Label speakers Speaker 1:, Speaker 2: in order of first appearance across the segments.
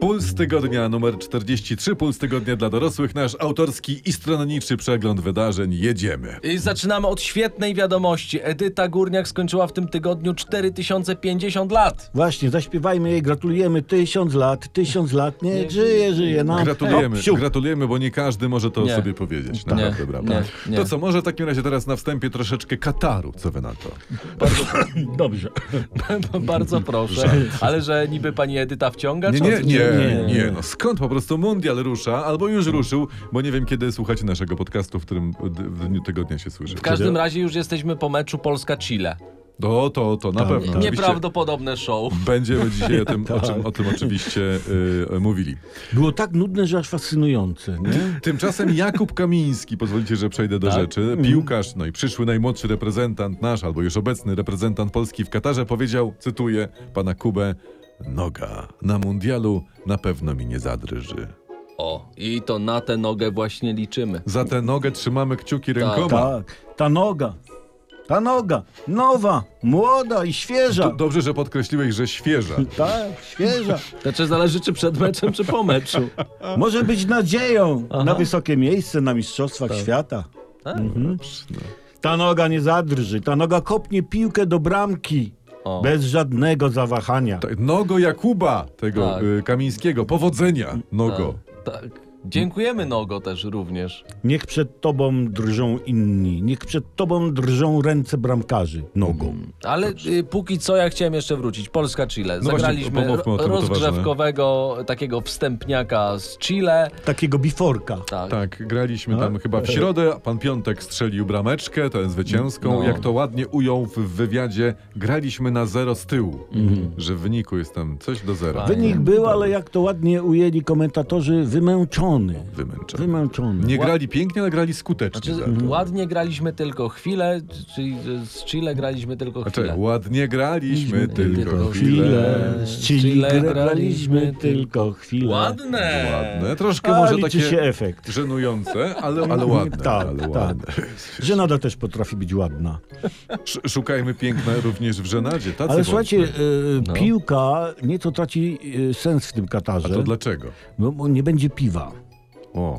Speaker 1: Puls Tygodnia numer 43, Puls Tygodnia dla dorosłych, nasz autorski i stronniczy przegląd wydarzeń. Jedziemy.
Speaker 2: I Zaczynamy od świetnej wiadomości. Edyta Górniak skończyła w tym tygodniu 4050 lat.
Speaker 3: Właśnie, zaśpiewajmy jej, gratulujemy, tysiąc lat, tysiąc lat, nie żyje, żyje nam.
Speaker 1: Gratulujemy,
Speaker 3: Hop, siup.
Speaker 1: gratulujemy, bo nie każdy może to
Speaker 2: Nie.
Speaker 1: sobie powiedzieć.
Speaker 2: Nie,
Speaker 1: Naprawdę, prawda?
Speaker 2: nie, nie.
Speaker 1: To co, może w takim razie teraz na wstępie troszeczkę Kataru, co wy na to?
Speaker 3: Dobrze.
Speaker 2: No, Bardzo proszę. Ale że niby pani Edyta wciąga?
Speaker 1: Nie,
Speaker 2: czy o
Speaker 1: nie,
Speaker 2: co-
Speaker 1: nie,
Speaker 3: nie,
Speaker 1: nie, no skąd po prostu mundial rusza, albo już ruszył, bo nie wiem kiedy słuchacie naszego podcastu, w którym d- w dniu tygodnia się słyszy.
Speaker 2: W każdym razie już jesteśmy po meczu Polska-Chile.
Speaker 1: No to, to na
Speaker 3: Tam,
Speaker 1: pewno.
Speaker 3: tam.
Speaker 1: Oczywiście
Speaker 2: Nieprawdopodobne show.
Speaker 1: Będziemy dzisiaj o tym, o czym, o tym oczywiście y, mówili.
Speaker 3: Było tak nudne, że aż fascynujące, nie?
Speaker 1: Tymczasem Jakub Kamiński, pozwolicie, że przejdę do
Speaker 2: Tak?
Speaker 1: rzeczy, piłkarz, no i przyszły najmłodszy reprezentant nasz, albo już obecny reprezentant Polski w Katarze powiedział, cytuję pana Kubę, noga na mundialu na pewno mi nie zadrży.
Speaker 2: O, i to na tę nogę właśnie liczymy.
Speaker 1: Za tę nogę trzymamy kciuki rękoma.
Speaker 3: Tak, ta noga, ta noga, nowa, młoda i świeża.
Speaker 2: Tak.
Speaker 1: Do, dobrze, że podkreśliłeś, że świeża.
Speaker 3: Tak, świeża.
Speaker 2: Znaczy zależy czy przed meczem, czy po meczu.
Speaker 3: Może być nadzieją
Speaker 2: Aha.
Speaker 3: na wysokie miejsce na Mistrzostwach Świata. Mhm.
Speaker 2: Tak?
Speaker 3: Ta noga nie zadrży, ta noga kopnie piłkę do bramki
Speaker 2: O.
Speaker 3: bez żadnego zawahania.
Speaker 1: Tak, Nogo Jakuba, tego
Speaker 2: Tak.
Speaker 1: y, Kamińskiego. Powodzenia, Nogo.
Speaker 2: Tak. Dziękujemy Nogo też również.
Speaker 3: Niech przed tobą drżą inni, niech przed tobą drżą ręce bramkarzy nogą.
Speaker 2: Ale y, póki co ja chciałem jeszcze wrócić. Polska-Chile.
Speaker 1: No właśnie,
Speaker 2: Zagraliśmy
Speaker 1: pomówmy o tym, bo to
Speaker 2: rozgrzewkowego takiego wstępniaka z Chile.
Speaker 3: Takiego biforka.
Speaker 2: Tak.
Speaker 1: Tak, graliśmy
Speaker 3: No.
Speaker 1: tam chyba w środę. Pan Piątek strzelił brameczkę, tę zwycięską.
Speaker 2: No.
Speaker 1: Jak to ładnie ujął w wywiadzie, graliśmy na zero z tyłu.
Speaker 3: Mhm.
Speaker 1: Że w wyniku jest tam coś do zera.
Speaker 2: Fajnie.
Speaker 3: Wynik był, ale jak to ładnie ujęli komentatorzy, wymęczony.
Speaker 1: Wymęczony.
Speaker 3: Wymęczony.
Speaker 1: Nie grali pięknie, ale grali skutecznie.
Speaker 2: Znaczy,
Speaker 3: no,
Speaker 1: Znaczy,
Speaker 2: ładnie graliśmy tylko chwilę, czyli z Chile graliśmy tylko
Speaker 1: znaczy,
Speaker 2: chwilę.
Speaker 1: ładnie graliśmy, tylko
Speaker 2: tylko
Speaker 1: chwilę.
Speaker 3: Chwilę,
Speaker 2: Chwilę,
Speaker 3: z Chile
Speaker 2: Chile
Speaker 3: graliśmy,
Speaker 2: graliśmy
Speaker 3: tylko chwilę.
Speaker 2: Ładne!
Speaker 1: Ładne. Troszkę
Speaker 3: A,
Speaker 1: może
Speaker 3: liczy
Speaker 1: takie
Speaker 3: się efekt.
Speaker 1: żenujące, ale, ale ładne.
Speaker 3: Tak,
Speaker 1: ale
Speaker 3: tak.
Speaker 1: ładne.
Speaker 3: Żenada też potrafi być ładna.
Speaker 1: Sz- Szukajmy piękna również w żenadzie. Tacy
Speaker 3: Ale
Speaker 1: bądźmy.
Speaker 3: słuchajcie, e,
Speaker 2: No.
Speaker 3: piłka nieco traci e, sens w tym
Speaker 1: A
Speaker 3: Katarze,
Speaker 1: to dlaczego?
Speaker 3: bo- bo nie będzie piwa.
Speaker 1: O.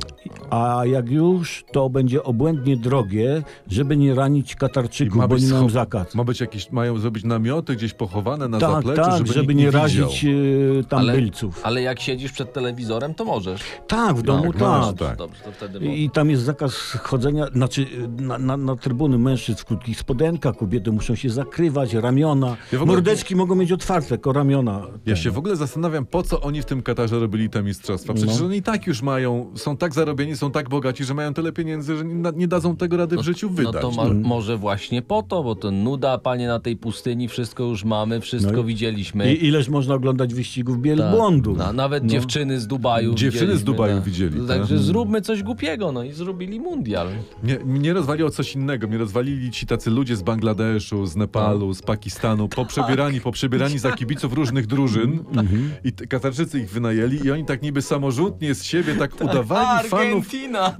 Speaker 3: A jak już, to będzie obłędnie drogie, żeby nie ranić Katarczyków, bo
Speaker 1: być
Speaker 3: nie
Speaker 1: scho-
Speaker 3: mają zakaz.
Speaker 1: Ma być jakieś, mają zrobić namioty gdzieś pochowane na
Speaker 3: Tak,
Speaker 1: zapleczu,
Speaker 3: tak,
Speaker 1: żeby,
Speaker 3: żeby,
Speaker 1: nikt
Speaker 3: nie,
Speaker 1: nie
Speaker 3: razić
Speaker 1: Widział.
Speaker 3: e, tam
Speaker 2: Ale-
Speaker 3: bylców.
Speaker 2: Ale jak siedzisz przed telewizorem, to możesz.
Speaker 3: Tak, w domu
Speaker 1: tak,
Speaker 3: tak.
Speaker 1: masz, tak.
Speaker 2: Dobrze, to wtedy
Speaker 3: I
Speaker 2: można.
Speaker 3: i tam jest zakaz chodzenia, znaczy y, na, na, na trybuny mężczyzn w krótkich spodenkach, kobiety muszą się zakrywać, ramiona.
Speaker 1: Ja w ogóle-
Speaker 3: Mordeczki mogą mieć otwarte, tylko ramiona.
Speaker 1: Ja się w ogóle zastanawiam, po co oni w tym Katarze robili te mistrzostwa.
Speaker 3: No.
Speaker 1: Przecież oni i tak już mają, są tak zarobieni, są tak bogaci, że mają tyle pieniędzy, że nie, na- nie dadzą tego rady w życiu
Speaker 2: No
Speaker 1: wydać.
Speaker 2: to ma, może właśnie po to, bo to nuda, panie, na tej pustyni, wszystko już mamy, wszystko
Speaker 3: No i-
Speaker 2: widzieliśmy.
Speaker 3: I ileż można oglądać wyścigów
Speaker 2: Tak.
Speaker 3: wielbłądów.
Speaker 1: no,
Speaker 2: Na- nawet dziewczyny z Dubaju
Speaker 1: Dziewczyny z
Speaker 2: widzieliśmy,
Speaker 1: Dubaju
Speaker 2: tak.
Speaker 1: widzieli,
Speaker 2: Także
Speaker 1: tak.
Speaker 2: zróbmy coś głupiego, no i zrobili mundial.
Speaker 1: Mnie, mnie rozwaliło coś innego. Mnie rozwalili ci tacy ludzie z Bangladeszu, z Nepalu, z Pakistanu,
Speaker 2: Tak.
Speaker 1: poprzebierani, poprzebierani za kibiców różnych drużyn.
Speaker 2: Mhm.
Speaker 1: I t- Katarczycy ich wynajęli i oni tak niby samorzutnie z siebie tak udawali fanów.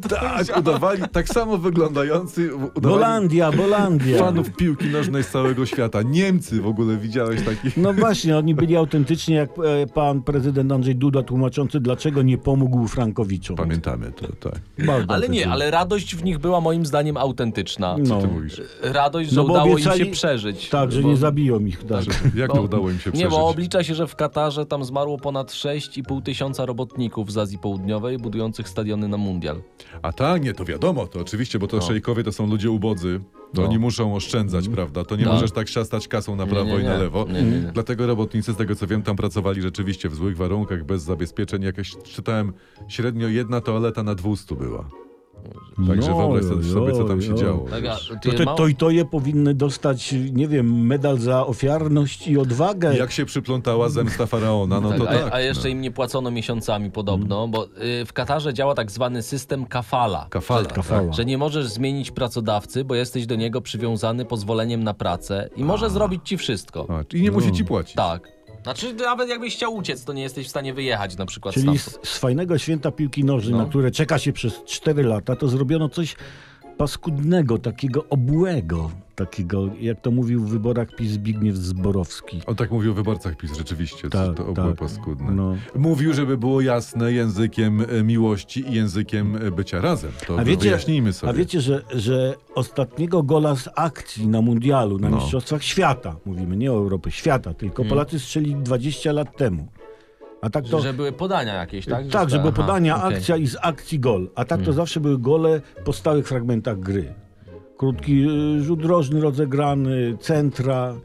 Speaker 1: Tak, udawali, tak samo wyglądający, w- udawali
Speaker 3: Bolandia, Bolandia.
Speaker 1: no. fanów piłki nożnej z całego świata. Niemcy w ogóle widziałeś takich.
Speaker 3: No właśnie, oni byli autentycznie jak e, pan prezydent Andrzej Duda tłumaczący, dlaczego nie pomógł Frankowiczom.
Speaker 1: Pamiętamy to, tak.
Speaker 3: Bardzo
Speaker 2: Ale nie,
Speaker 3: autentycznie.
Speaker 2: ale radość w nich była moim zdaniem autentyczna.
Speaker 1: Co ty
Speaker 3: No.
Speaker 2: Tak.
Speaker 1: mówisz?
Speaker 2: Radość, że
Speaker 3: No bo
Speaker 2: udało
Speaker 3: obiecali-
Speaker 2: im się przeżyć.
Speaker 3: Tak, że
Speaker 2: Bo-
Speaker 3: nie zabiją ich. Tak.
Speaker 1: Jak to udało im się
Speaker 2: No. Nie,
Speaker 1: przeżyć?
Speaker 2: bo oblicza się, że w Katarze tam zmarło ponad 6,5 tysiąca robotników z Azji Południowej budujących stadiony na mundial.
Speaker 1: A tak, nie, to wiadomo, to oczywiście, bo to szejkowie to są ludzie ubodzy. To
Speaker 2: No.
Speaker 1: oni muszą oszczędzać, prawda? To nie
Speaker 2: No.
Speaker 1: możesz tak siastać kasą na prawo
Speaker 2: nie,
Speaker 1: i na
Speaker 2: nie.
Speaker 1: lewo.
Speaker 2: Nie, nie, nie.
Speaker 1: Dlatego robotnicy, z tego co wiem, tam pracowali rzeczywiście w złych warunkach, bez zabezpieczeń. Jakieś czytałem, średnio jedna toaleta na 200 była. Także
Speaker 3: No,
Speaker 1: wyobraź sobie, co tam się
Speaker 3: oj, oj.
Speaker 1: działo.
Speaker 2: Tak, a
Speaker 1: wiesz.
Speaker 2: ty
Speaker 3: To te
Speaker 2: mało-
Speaker 3: tojtoje powinny dostać, nie wiem, medal za ofiarność i odwagę.
Speaker 1: Jak się przyplątała zemsta faraona, no
Speaker 2: tak,
Speaker 1: to
Speaker 2: a,
Speaker 1: tak.
Speaker 2: a jeszcze
Speaker 1: no.
Speaker 2: im nie płacono miesiącami podobno, bo y, w Katarze działa tak zwany system kafala.
Speaker 1: Kafala. tak.
Speaker 2: Że-
Speaker 3: Kafala.
Speaker 2: Że nie możesz zmienić pracodawcy, bo jesteś do niego przywiązany pozwoleniem na pracę i może zrobić ci wszystko.
Speaker 1: A, I nie musi ci płacić.
Speaker 2: Tak. Znaczy, nawet jakbyś chciał uciec, to nie jesteś w stanie wyjechać na przykład
Speaker 3: Czyli
Speaker 2: stamtąd.
Speaker 3: z, z fajnego święta piłki nożnej,
Speaker 2: No.
Speaker 3: na które czeka się przez 4 lata, to zrobiono coś paskudnego, takiego obłego. takiego, jak to mówił w wyborach PiS Zbigniew Zborowski.
Speaker 1: On tak mówił o wyborcach PiS rzeczywiście,
Speaker 3: Tak,
Speaker 1: tak, to było
Speaker 3: tak.
Speaker 1: paskudne.
Speaker 3: No.
Speaker 1: Mówił, żeby było jasne językiem e, miłości i językiem e, bycia razem. To
Speaker 3: A wiecie-
Speaker 1: wyjaśnijmy sobie.
Speaker 3: A wiecie, że, że ostatniego gola z akcji na mundialu, na
Speaker 1: No.
Speaker 3: mistrzostwach świata, mówimy nie o Europy, świata, tylko
Speaker 2: Mm.
Speaker 3: Polacy strzeli 20 lat temu. A tak to...
Speaker 2: Że były podania jakieś, tak?
Speaker 3: Tak,
Speaker 2: Zostały-
Speaker 3: że było
Speaker 2: aha,
Speaker 3: podania,
Speaker 2: okej. Hmm.
Speaker 3: akcja i z akcji gol. A tak to zawsze były gole po stałych fragmentach gry. Krótki y, rzut rożny rozegrany, centra.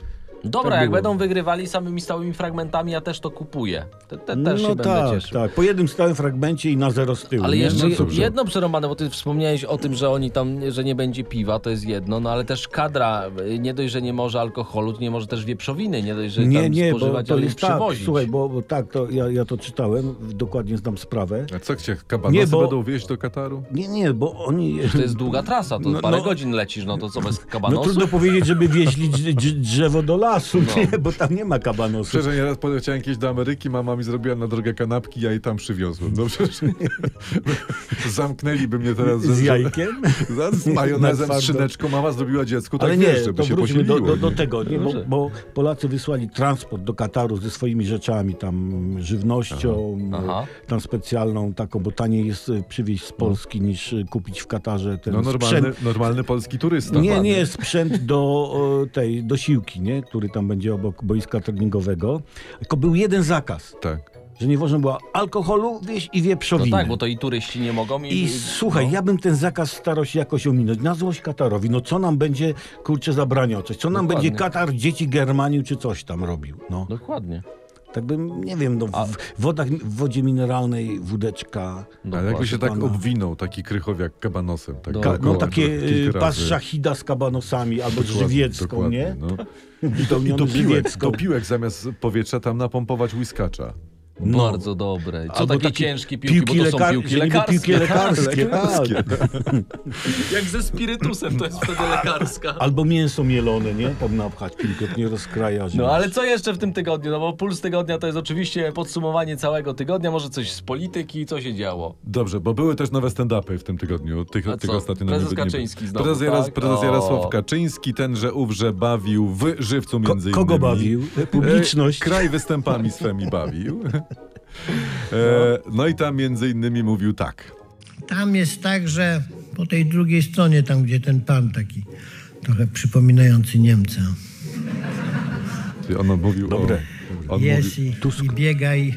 Speaker 2: Dobra,
Speaker 3: Tak
Speaker 2: jak
Speaker 3: było.
Speaker 2: będą wygrywali samymi stałymi fragmentami, ja też to kupuję. Te, te, też
Speaker 3: no
Speaker 2: się będę
Speaker 3: tak,
Speaker 2: cieszył.
Speaker 3: tak. Po jednym stałym fragmencie i na zero z tyłu.
Speaker 2: Ale
Speaker 3: nie?
Speaker 2: jeszcze
Speaker 1: No dobrze.
Speaker 2: jedno przerąbane, bo ty wspomniałeś o tym, że oni tam, że nie będzie piwa, to jest jedno, no ale też kadra, y, nie dość, że nie może alkoholu, to nie może też wieprzowiny, nie dość, że
Speaker 3: nie,
Speaker 2: tam
Speaker 3: nie, bo
Speaker 2: spożywać,
Speaker 3: to
Speaker 2: ale
Speaker 3: jest tak,
Speaker 2: przywozić.
Speaker 3: słuchaj, bo, bo tak, to ja, ja to czytałem, dokładnie znam sprawę.
Speaker 1: A co cię kabanosy
Speaker 3: Nie, bo-
Speaker 1: będą wieźć do Kataru?
Speaker 3: Nie, nie, bo oni...
Speaker 2: To jest długa trasa, to
Speaker 3: No,
Speaker 2: parę
Speaker 3: no.
Speaker 2: godzin lecisz, no to co, bez
Speaker 3: No
Speaker 2: kabanosu?
Speaker 3: trudno powiedzieć, żeby wieźli drz- drz- drzewo do lasu,
Speaker 2: No.
Speaker 3: nie, bo tam nie ma kabanosu.
Speaker 1: Szczerze, nieraz poleciałem kiedyś do Ameryki, mama mi zrobiła na drogę kanapki, ja jej tam przywiozłem. No przecież zamknęliby mnie teraz
Speaker 3: Z
Speaker 1: że-
Speaker 3: jajkiem?
Speaker 1: Za- Z majonezem,
Speaker 3: Na
Speaker 1: z szyneczką, mama zrobiła dziecku, tak
Speaker 3: Ale
Speaker 1: nie,
Speaker 3: nie,
Speaker 1: wiesz, żeby
Speaker 3: to
Speaker 1: się
Speaker 3: wróćmy
Speaker 1: posiliło.
Speaker 3: do, do, do
Speaker 1: nie?
Speaker 3: tego, nie, bo,
Speaker 2: Dobrze.
Speaker 3: bo Polacy wysłali transport do Kataru ze swoimi rzeczami, tam żywnością,
Speaker 2: Aha.
Speaker 3: tam specjalną taką, bo taniej jest e, przywieźć z Polski niż e, kupić w Katarze ten
Speaker 1: No normalny,
Speaker 3: sprzęt.
Speaker 1: normalny polski turysta.
Speaker 3: Nie, nie, sprzęt do e, tej, do siłki, nie, który tam będzie obok boiska treningowego. Tylko był jeden zakaz,
Speaker 1: Tak.
Speaker 3: że nie można było alkoholu wieś i
Speaker 2: No
Speaker 3: wieprzowiny.
Speaker 2: tak, bo to i turyści nie mogą i...
Speaker 3: I słuchaj,
Speaker 2: no.
Speaker 3: ja bym ten zakaz starał się jakoś ominąć. Na złość Katarowi, no co nam będzie, kurczę, zabraniał coś? Co nam
Speaker 2: Dokładnie.
Speaker 3: będzie Katar, dzieci Germanił czy coś tam robił? No.
Speaker 2: Dokładnie.
Speaker 3: Tak bym, nie wiem, no, w, w wodach, w wodzie mineralnej wódeczka,
Speaker 2: No
Speaker 3: No,
Speaker 1: Ale jakby się tak
Speaker 3: pana.
Speaker 1: obwinął, taki krychowiak kabanosem. Tak,
Speaker 2: Do-
Speaker 3: ka, no
Speaker 1: dookoła,
Speaker 3: takie
Speaker 1: tak,
Speaker 3: y,
Speaker 1: kilka
Speaker 3: pas
Speaker 1: razy.
Speaker 3: szachida z kabanosami albo z
Speaker 1: Dokładnie,
Speaker 3: żywiecką,
Speaker 1: dokładnie,
Speaker 3: nie?
Speaker 1: No. I
Speaker 3: Wypełniony
Speaker 1: do piłek,
Speaker 3: żywiecką.
Speaker 1: do piłek zamiast powietrza tam napompować łyskacza.
Speaker 3: No.
Speaker 2: Bardzo dobre. Co
Speaker 3: Albo
Speaker 2: takie
Speaker 3: takie
Speaker 2: ciężkie piłki, bo to są
Speaker 3: lekar-
Speaker 2: piłki
Speaker 3: że niby
Speaker 2: lekarskie.
Speaker 3: Piłki lekarskie, tak.
Speaker 2: Jak ze spirytusem, to jest wtedy lekarska.
Speaker 3: Albo mięso mielone, nie? Tam napchać piłkę, nie rozkrajać.
Speaker 2: No ale co jeszcze w tym tygodniu? No bo puls tygodnia to jest oczywiście podsumowanie całego tygodnia, może coś z polityki, co się działo.
Speaker 1: Dobrych. Dobrze, bo były też nowe stand-upy w tym tygodniu. Tych,
Speaker 2: A
Speaker 1: tych
Speaker 2: co?
Speaker 1: ostatnich
Speaker 2: Prezes
Speaker 1: nawet nie było.
Speaker 2: Kaczyński znowu,
Speaker 1: prezes, Jaros-
Speaker 2: tak?
Speaker 1: prezes Jarosław
Speaker 2: O.
Speaker 1: Kaczyński, ten, że ówrze bawił w żywcu
Speaker 3: Ko-
Speaker 1: między
Speaker 3: kogo
Speaker 1: innymi.
Speaker 3: bawił? Publiczność.
Speaker 1: E, kraj występami swemi bawił. E, no i tam między innymi mówił tak.
Speaker 4: Tam jest tak, że po tej drugiej stronie, tam gdzie ten pan taki trochę przypominający Niemca
Speaker 1: Czyli on mówił
Speaker 3: Dobre.
Speaker 1: o... On
Speaker 4: jest
Speaker 1: mówił,
Speaker 4: i, i biega i